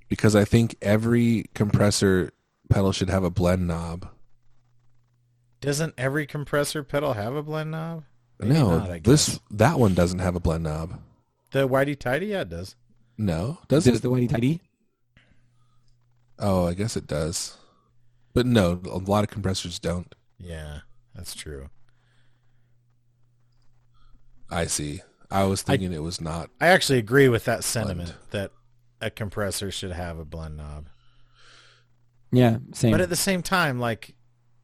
Speaker 1: because I think every compressor pedal should have a blend knob.
Speaker 2: Doesn't every compressor pedal have a blend knob? Maybe
Speaker 1: no,
Speaker 2: not, I
Speaker 1: this that one doesn't have a blend knob.
Speaker 2: The whitey tidy, yeah, it does.
Speaker 1: No, does
Speaker 3: Does
Speaker 1: it?
Speaker 3: the Whitey Tidy?
Speaker 1: Oh, I guess it does. But no, a lot of compressors don't.
Speaker 2: Yeah, that's true.
Speaker 1: I see. I was thinking it was not.
Speaker 2: I actually agree with that sentiment that a compressor should have a blend knob.
Speaker 3: Yeah, same.
Speaker 2: But at the same time, like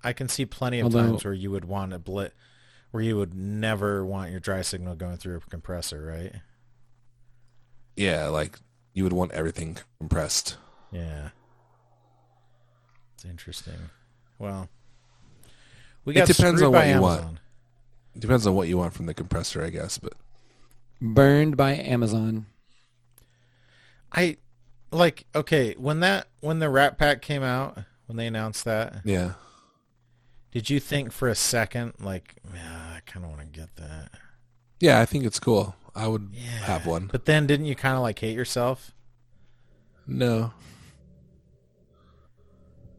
Speaker 2: I can see plenty of
Speaker 3: Although-
Speaker 2: times where you would want a blit, where you would never want your dry signal going through a compressor, right?
Speaker 1: Yeah, like you would want everything compressed.
Speaker 2: Yeah, it's interesting. Well, we
Speaker 1: It
Speaker 2: got
Speaker 1: depends
Speaker 2: screwed
Speaker 1: on what
Speaker 2: by
Speaker 1: you want.
Speaker 2: Amazon.
Speaker 1: Depends on what you want from the compressor, I guess. But
Speaker 3: Burned by Amazon.
Speaker 2: I like okay when that when the Rat Pack came out when they announced that.
Speaker 1: yeah,
Speaker 2: Did you think for a second, like, "Ah, I kind of want to get that?
Speaker 1: yeah, I think it's cool. I would
Speaker 2: Yeah.
Speaker 1: have one.
Speaker 2: But then didn't you kind of like hate yourself?
Speaker 1: No,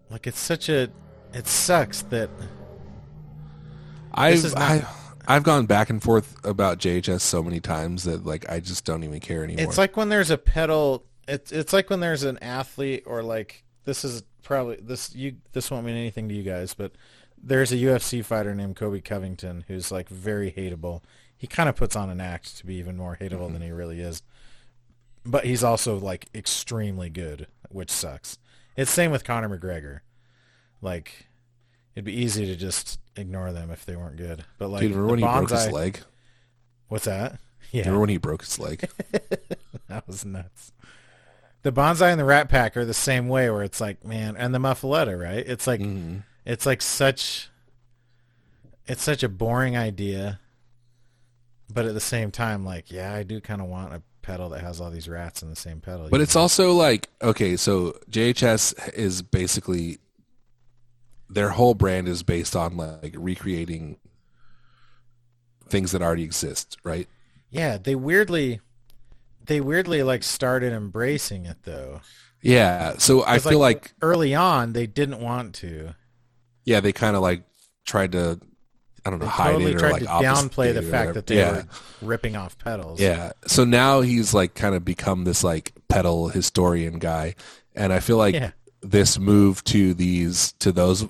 Speaker 2: Like, it's such a. It sucks that.
Speaker 1: I've
Speaker 2: is not-
Speaker 1: I, I've gone back and forth about JHS so many times that like I just don't even care anymore.
Speaker 2: It's like when there's a pedal. It's it's like when there's an athlete or like this is probably this you this won't mean anything to you guys, but there's a UFC fighter named Kobe Covington who's like very hateable. He kind of puts on an act to be even more hateable than he
Speaker 1: Mm-hmm.
Speaker 2: really is, but he's also like extremely good, which sucks. It's same with Conor McGregor. Like it'd be easy to just ignore them if they weren't good. But like
Speaker 1: dude, remember when
Speaker 2: the
Speaker 1: he broke his
Speaker 2: Banzai-
Speaker 1: leg?
Speaker 2: What's that? Yeah.
Speaker 1: Remember when he broke his leg?
Speaker 2: That was nuts. The bonsai and the Rat Pack are the same way, where it's like, man, and the muffaletta, right? It's like,
Speaker 1: Mm-hmm.
Speaker 2: it's like such, it's such a boring idea, but at the same time, like, yeah, I do kind of want a pedal that has all these rats in the same pedal.
Speaker 1: But
Speaker 2: you
Speaker 1: it's
Speaker 2: know?
Speaker 1: also like okay, so JHS is basically their whole brand is based on like recreating things that already exist, right?
Speaker 2: yeah, they weirdly, they weirdly like started embracing it though.
Speaker 1: Yeah. So I
Speaker 2: 'Cause,
Speaker 1: feel like,
Speaker 2: early on they didn't want to.
Speaker 1: yeah, they kind of like tried to I don't know
Speaker 2: They
Speaker 1: hide
Speaker 2: totally
Speaker 1: it or
Speaker 2: tried
Speaker 1: like
Speaker 2: to
Speaker 1: obfuscate
Speaker 2: downplay the
Speaker 1: it or
Speaker 2: fact that they
Speaker 1: whatever.
Speaker 2: were ripping off pedals.
Speaker 1: yeah. Yeah. So now he's like kind of become this like pedal historian guy, and I feel like
Speaker 2: Yeah.
Speaker 1: this move to these to those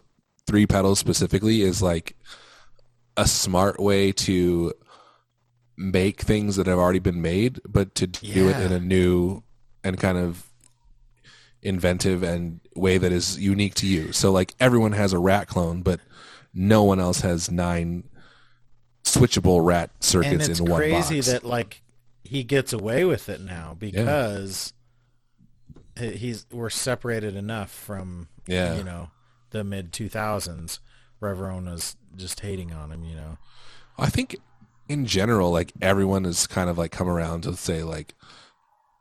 Speaker 1: three pedals specifically is like a smart way to make things that have already been made, but to do it
Speaker 2: Yeah.
Speaker 1: in a new and kind of inventive and way that is unique to you. So like everyone has a rat clone, but no one else has nine switchable rat
Speaker 2: and
Speaker 1: circuits
Speaker 2: it's
Speaker 1: in one
Speaker 2: crazy
Speaker 1: box.
Speaker 2: that like he gets away with it now because he- he's we're separated enough from
Speaker 1: Yeah.
Speaker 2: you know the mid 2000s where everyone was just hating on him you know
Speaker 1: I think in general, like everyone has kind of like come around to say like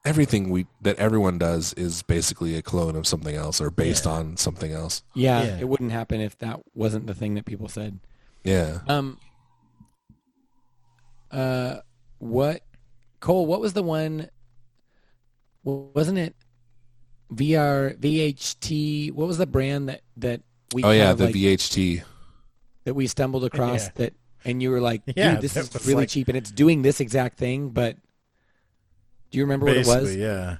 Speaker 1: everything we that everyone does is basically a clone of something else or based on something else.
Speaker 3: Yeah,
Speaker 2: Yeah.
Speaker 3: it wouldn't happen if that wasn't the thing that people said.
Speaker 1: Yeah.
Speaker 3: Um. Uh, what, Cole? What was the one? w- Wasn't it VR VHT? What was the brand that that we?
Speaker 1: Oh yeah,
Speaker 3: kinda,
Speaker 1: the
Speaker 3: like,
Speaker 1: VHT.
Speaker 3: that we stumbled across
Speaker 2: Yeah.
Speaker 3: that, and you were like, "Dude,
Speaker 2: Yeah,
Speaker 3: this
Speaker 2: that
Speaker 3: is
Speaker 2: was
Speaker 3: really
Speaker 2: like-
Speaker 3: cheap, and it's doing this exact thing." But do you remember what it was?
Speaker 2: basically yeah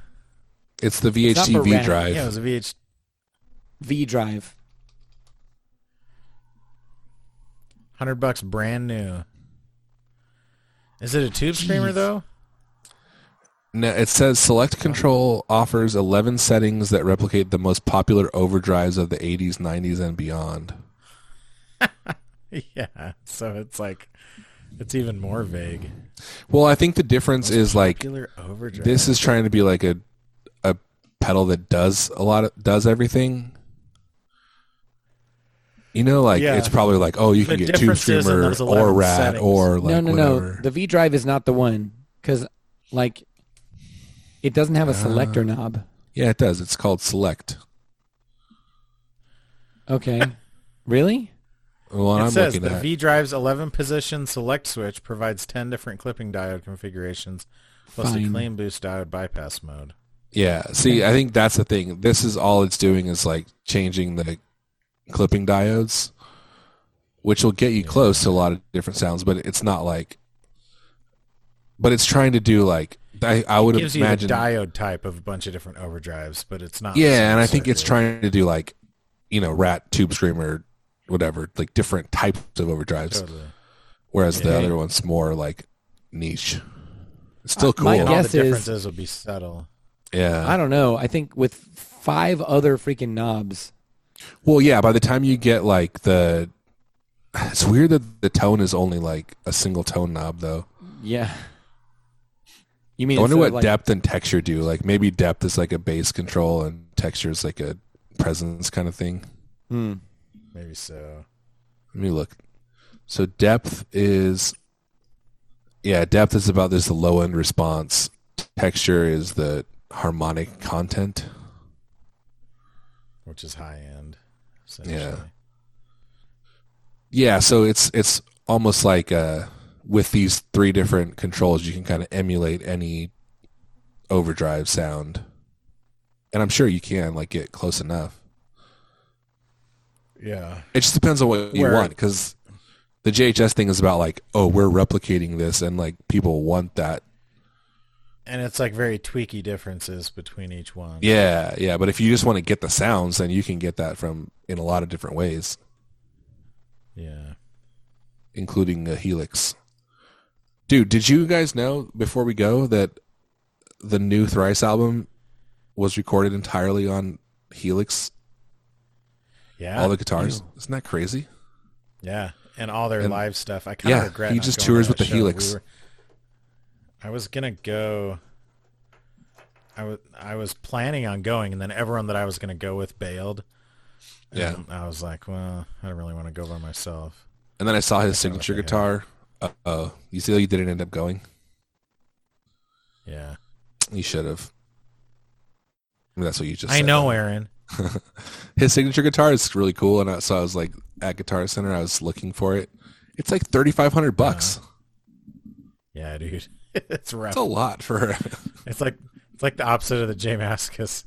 Speaker 1: It's the
Speaker 3: not for
Speaker 1: VHT V
Speaker 3: rent.
Speaker 1: drive.
Speaker 2: yeah it was a vh
Speaker 3: V Drive.
Speaker 2: 100 bucks brand new is it a tube streamer though
Speaker 1: No, it says Select Control offers 11 settings that replicate the most popular overdrives of the 80s, 90s, and beyond.
Speaker 2: yeah so it's like it's even more vague
Speaker 1: Well, I think the difference is like
Speaker 2: Killer overdrive
Speaker 1: this is trying to be like a a pedal that does a lot of does everything. You know, like
Speaker 2: Yeah.
Speaker 1: it's probably like, oh, you
Speaker 2: The
Speaker 1: can get Tube
Speaker 2: difference is in
Speaker 1: Streamer
Speaker 2: those 11
Speaker 1: or Rat
Speaker 2: settings.
Speaker 1: or like
Speaker 3: no, no,
Speaker 1: whatever.
Speaker 3: no. The V drive is not the one because, like, it doesn't have a
Speaker 1: Ah.
Speaker 3: selector knob.
Speaker 1: yeah, it does. It's called Select.
Speaker 3: Okay, really?
Speaker 1: The one
Speaker 2: it
Speaker 1: I'm
Speaker 2: says
Speaker 1: looking
Speaker 2: the
Speaker 1: at.
Speaker 2: V drive's 11 position select switch provides 10 different clipping diode configurations plus a
Speaker 3: Fine.
Speaker 2: clean boost diode bypass mode.
Speaker 1: yeah, see, I think that's the thing. This is all it's doing is like changing the clipping diodes, which will get you close to a lot of different sounds, but it's not like. But it's trying to do like I, I would
Speaker 2: Gives
Speaker 1: imagine
Speaker 2: you the diode type of a bunch of different overdrives, but it's not. the same
Speaker 1: Yeah, and I think it's
Speaker 2: circuit.
Speaker 1: trying to do like, you know, rat tube screamer, whatever, like different types of overdrives.
Speaker 2: Totally.
Speaker 1: Whereas the
Speaker 2: Yeah.
Speaker 1: other one's more like niche. It's still cool.
Speaker 3: my
Speaker 2: And all
Speaker 3: guess
Speaker 2: the
Speaker 3: is-
Speaker 2: differences will be subtle.
Speaker 1: yeah.
Speaker 3: I don't know. I think with five other freaking knobs.
Speaker 1: well, yeah. By the time you get like the, it's weird that the tone is only like a single tone knob though.
Speaker 3: Yeah. You mean?
Speaker 1: I wonder
Speaker 3: instead
Speaker 1: what
Speaker 3: of, like,
Speaker 1: depth and texture do. Like maybe depth is like a bass control and texture is like a presence kind of thing.
Speaker 3: hmm.
Speaker 2: Maybe so.
Speaker 1: Let me look. So depth is, yeah, depth is about this low end response. Texture is the harmonic content.
Speaker 2: Which is high end.
Speaker 1: Yeah. Yeah, so it's it's almost like uh, with these three different controls, you can kind of emulate any overdrive sound, and I'm sure you can like get close enough.
Speaker 2: Yeah.
Speaker 1: It just depends on what you
Speaker 2: Where-
Speaker 1: want because the JHS thing is about like, oh, we're replicating this, and like people want that
Speaker 2: And it's like very tweaky differences between each one.
Speaker 1: Yeah, yeah. But if you just want to get the sounds, then you can get that from in a lot of different ways,
Speaker 2: Yeah.
Speaker 1: including a helix. Dude, did you guys know before we go that the new Thrice album was recorded entirely on Helix?
Speaker 2: Yeah.
Speaker 1: All the guitars. Isn't that crazy?
Speaker 2: Yeah, and all their
Speaker 1: And-
Speaker 2: live stuff. I kind of
Speaker 1: yeah,
Speaker 2: regret.
Speaker 1: he
Speaker 2: not
Speaker 1: just
Speaker 2: going
Speaker 1: tours
Speaker 2: to
Speaker 1: with
Speaker 2: that
Speaker 1: the
Speaker 2: show.
Speaker 1: Helix.
Speaker 2: I was gonna go. I was I was planning on going, and then everyone that I was gonna go with bailed.
Speaker 1: Yeah.
Speaker 2: And I was like, well, I don't really want to go by myself.
Speaker 1: And then I saw his signature
Speaker 2: they had.
Speaker 1: guitar. Uh oh. You see how you didn't end up going?
Speaker 2: Yeah,
Speaker 1: You should have. I mean, that's what you just
Speaker 2: I
Speaker 1: said.
Speaker 2: know, Aaron.
Speaker 1: his signature guitar is really cool, and I, so I was like at Guitar Center, I was looking for it. It's like thirty five hundred bucks.
Speaker 2: Yeah, dude, it's rough.
Speaker 1: That's a lot for
Speaker 2: It's like it's like the opposite of the J Mascus.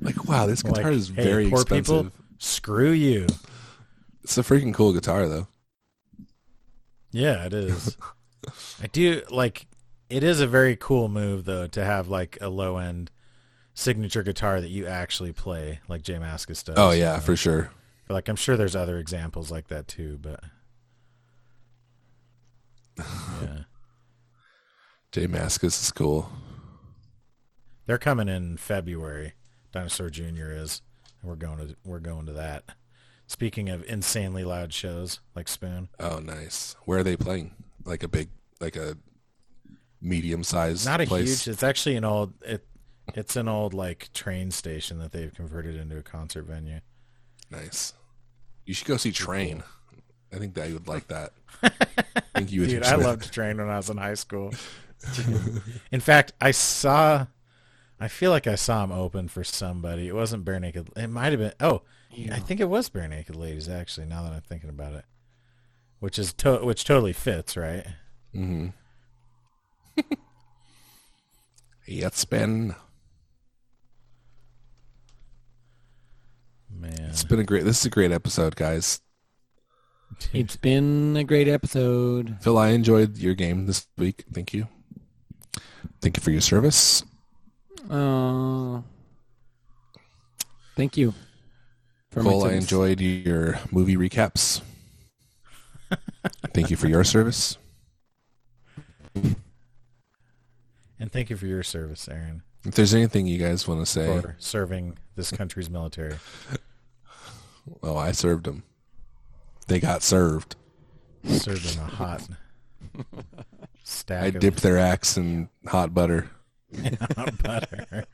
Speaker 1: like wow. This
Speaker 2: Like,
Speaker 1: guitar is
Speaker 2: hey,
Speaker 1: very
Speaker 2: poor
Speaker 1: expensive.
Speaker 2: people, screw you.
Speaker 1: It's a freaking cool guitar though.
Speaker 2: Yeah, it is. I do like it is a very cool move though to have like a low end signature guitar that you actually play like Jay Maskus does.
Speaker 1: Oh yeah, for sure.
Speaker 2: But, like I'm sure there's other examples like that too, but yeah.
Speaker 1: J Maskus is cool.
Speaker 2: They're coming in February. Dinosaur Jr. is and we're going to we're going to that. Speaking of insanely loud shows like Spoon.
Speaker 1: Oh nice. Where are they playing? Like a big, like a medium sized.
Speaker 2: not a
Speaker 1: place?
Speaker 2: huge it's actually an old it it's an old like train station that they've converted into a concert venue
Speaker 1: Nice. You should go see Train. I think that you would like that. I think you would.
Speaker 2: dude i loved train when i was in high school in fact i saw i feel like i saw him open for somebody it wasn't bare naked it might have been oh i think it was bare naked ladies actually now that i'm thinking about it which is to- which totally fits right
Speaker 1: Yes, Ben.
Speaker 2: man
Speaker 1: It's been a great. This is a great episode, guys.
Speaker 3: It's been a great episode.
Speaker 1: Phil, I enjoyed your game this week. Thank you. Thank you for your service.
Speaker 3: Oh, thank you. For my
Speaker 1: Cole, I
Speaker 3: service.
Speaker 1: enjoyed your movie recaps. Thank you for your service.
Speaker 2: and thank you for your service aaron
Speaker 1: If there's anything you guys want to say,
Speaker 2: for serving this country's military
Speaker 1: oh, I served them. They got served.
Speaker 2: serving a hot stack
Speaker 1: I
Speaker 2: of
Speaker 1: dipped their axe in hot butter.
Speaker 2: butter.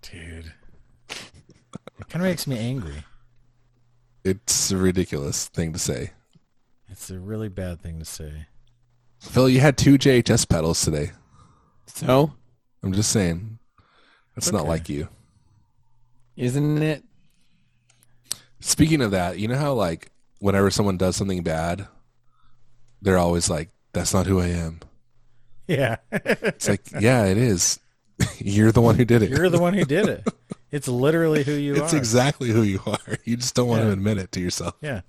Speaker 2: dude. It kind of makes me angry.
Speaker 1: It's a ridiculous thing to say.
Speaker 2: It's a really bad thing to say.
Speaker 1: Phil, you had two JHS pedals today.
Speaker 3: So,
Speaker 1: I'm just saying. That's not
Speaker 2: Okay.
Speaker 1: like you.
Speaker 3: isn't it?
Speaker 1: Speaking of that, you know how like whenever someone does something bad, they're always like, "That's not who I am."
Speaker 2: Yeah.
Speaker 1: It's like, yeah, it is. You're the one who did it.
Speaker 2: You're the one who did it. It's literally who you
Speaker 1: it's
Speaker 2: are.
Speaker 1: exactly who you are. You just don't want to
Speaker 2: Yeah.
Speaker 1: admit it to yourself.
Speaker 2: yeah.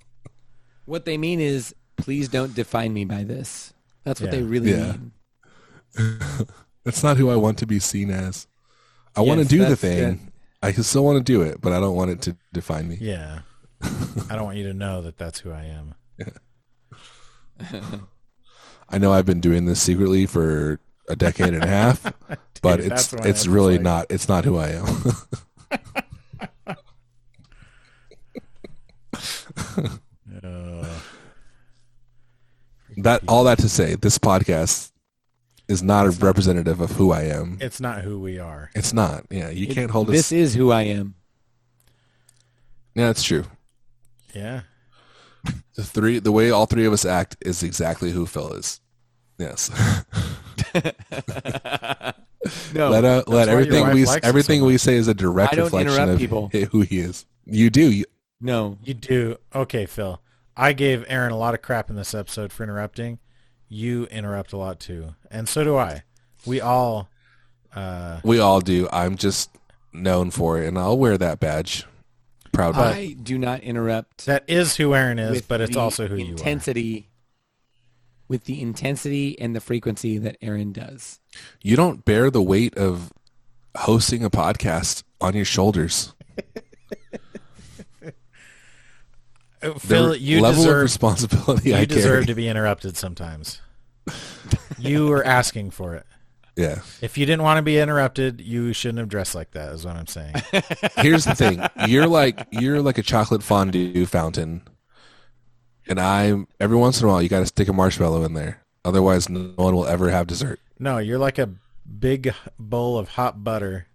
Speaker 3: What they mean is, please don't define me by this. That's what
Speaker 2: Yeah.
Speaker 3: they really
Speaker 1: Yeah.
Speaker 3: mean.
Speaker 1: That's not who I want to be seen as. I want to
Speaker 3: Yes,
Speaker 1: do the
Speaker 3: that's
Speaker 1: thing. I still want to do it, but I don't want it to define me.
Speaker 2: Yeah. I don't want you to know that that's who I am.
Speaker 1: I know I've been doing this secretly for a decade and a half, but
Speaker 2: Dude,
Speaker 1: it's
Speaker 2: that's what I
Speaker 1: it's
Speaker 2: was
Speaker 1: really
Speaker 2: like-
Speaker 1: not it's not who I am.
Speaker 2: Uh,
Speaker 1: that all that to say, this podcast is not a representative of who I am.
Speaker 2: it's not who we are.
Speaker 1: It's not. Yeah, you
Speaker 3: It-
Speaker 1: can't hold
Speaker 3: This
Speaker 1: this.
Speaker 3: is who I am.
Speaker 1: yeah, that's true.
Speaker 2: Yeah.
Speaker 1: The three, the way all three of us act is exactly who Phil is. Yes.
Speaker 3: No,
Speaker 1: let uh, let
Speaker 2: why your
Speaker 1: everything
Speaker 2: wife
Speaker 1: we
Speaker 2: likes him so
Speaker 1: everything we say is a direct
Speaker 3: I don't
Speaker 1: reflection
Speaker 3: interrupt
Speaker 1: of
Speaker 3: people.
Speaker 1: who he is. You do. You,
Speaker 3: no.
Speaker 2: You do. Okay, Phil. I gave Aaron a lot of crap in this episode for interrupting. You interrupt a lot too. And so do I. We all uh
Speaker 1: we all do. I'm just known for it, and I'll wear that badge. Proud. But,
Speaker 3: I do not interrupt.
Speaker 2: that is who Aaron is,
Speaker 3: with
Speaker 2: but it's
Speaker 3: the
Speaker 2: also who
Speaker 3: intensity, with the intensity and the frequency that Aaron does.
Speaker 1: you don't bear the weight of hosting a podcast on your shoulders.
Speaker 2: you are. Uh,
Speaker 1: The
Speaker 2: Phil,
Speaker 1: re-
Speaker 2: you
Speaker 1: level of
Speaker 2: deserve
Speaker 1: responsibility.
Speaker 2: you
Speaker 1: I
Speaker 2: deserve
Speaker 1: carry.
Speaker 2: to be interrupted sometimes. you were asking for it.
Speaker 1: Yeah.
Speaker 2: If you didn't want to be interrupted, you shouldn't have dressed like that. Is what I'm saying.
Speaker 1: here's the thing you're like you're like a chocolate fondue fountain and i'm every once in a while you got to stick a marshmallow in there otherwise no one will ever have dessert
Speaker 2: No, you're like a big bowl of hot butter.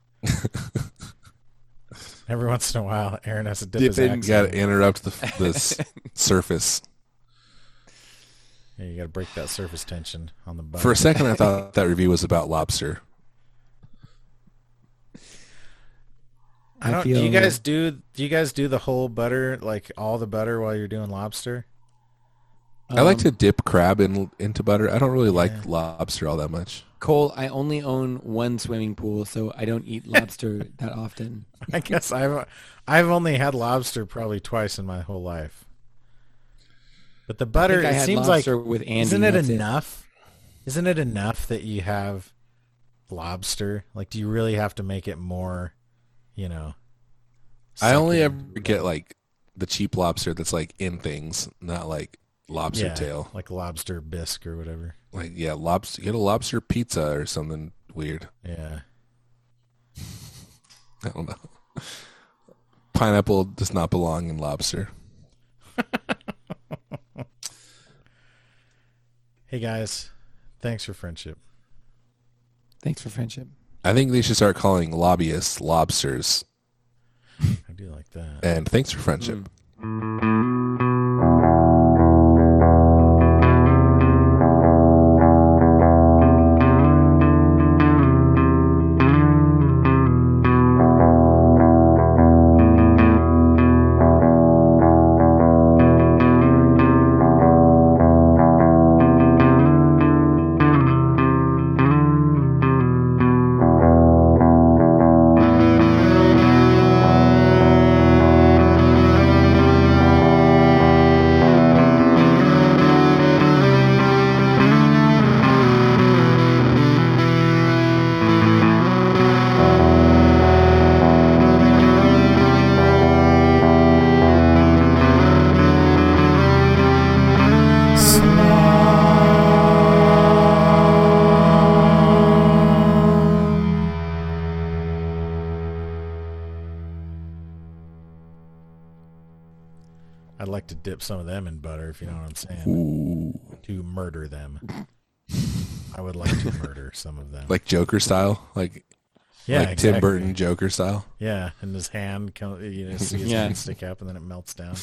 Speaker 2: Every once in a while, Aaron has to dip, his
Speaker 1: you
Speaker 2: axe.
Speaker 1: got
Speaker 2: in.
Speaker 1: to interrupt the, the s- surface
Speaker 2: Yeah, you got to break that surface tension on the butter.
Speaker 1: for a second i thought that review was about lobster
Speaker 2: I
Speaker 3: I
Speaker 2: don't. do you
Speaker 3: feel-
Speaker 2: guys do? Do you guys do the whole butter, like all the butter, while you're doing lobster?
Speaker 1: i like to
Speaker 2: Um,
Speaker 1: dip crab in into butter i don't really like lobster all that much
Speaker 3: Cole, I only own one swimming pool, so I don't eat lobster that often.
Speaker 2: I guess I've I've only had lobster probably twice in my whole life. But the
Speaker 3: I
Speaker 2: butter,
Speaker 3: think I
Speaker 2: it
Speaker 3: had
Speaker 2: seems like
Speaker 3: lobster with Andy.
Speaker 2: Isn't it
Speaker 3: that's
Speaker 2: enough? is Isn't it enough that you have lobster? Like, do you really have to make it more? You know,
Speaker 1: i only ever
Speaker 2: succulent?
Speaker 1: get like the cheap lobster that's like in things not like lobster
Speaker 2: Yeah,
Speaker 1: tail
Speaker 2: like lobster bisque or whatever.
Speaker 1: like yeah lobster get a lobster pizza or something weird
Speaker 2: Yeah,
Speaker 1: I don't know. Pineapple does not belong in lobster.
Speaker 2: Hey guys, thanks for friendship.
Speaker 3: Thanks for friendship.
Speaker 1: I think they should start calling lobbyists lobsters.
Speaker 2: I do like that.
Speaker 1: And thanks for friendship.
Speaker 2: I'd like to dip some of them in butter, if you know what I'm saying. To murder them, I would like to murder some of them.
Speaker 1: Like Joker style. Like
Speaker 2: Yeah,
Speaker 1: like
Speaker 2: exactly.
Speaker 1: Tim Burton Joker style.
Speaker 2: Yeah, and his hand, come, you know, see his
Speaker 3: Yeah.
Speaker 2: hand stick up, and then it melts down.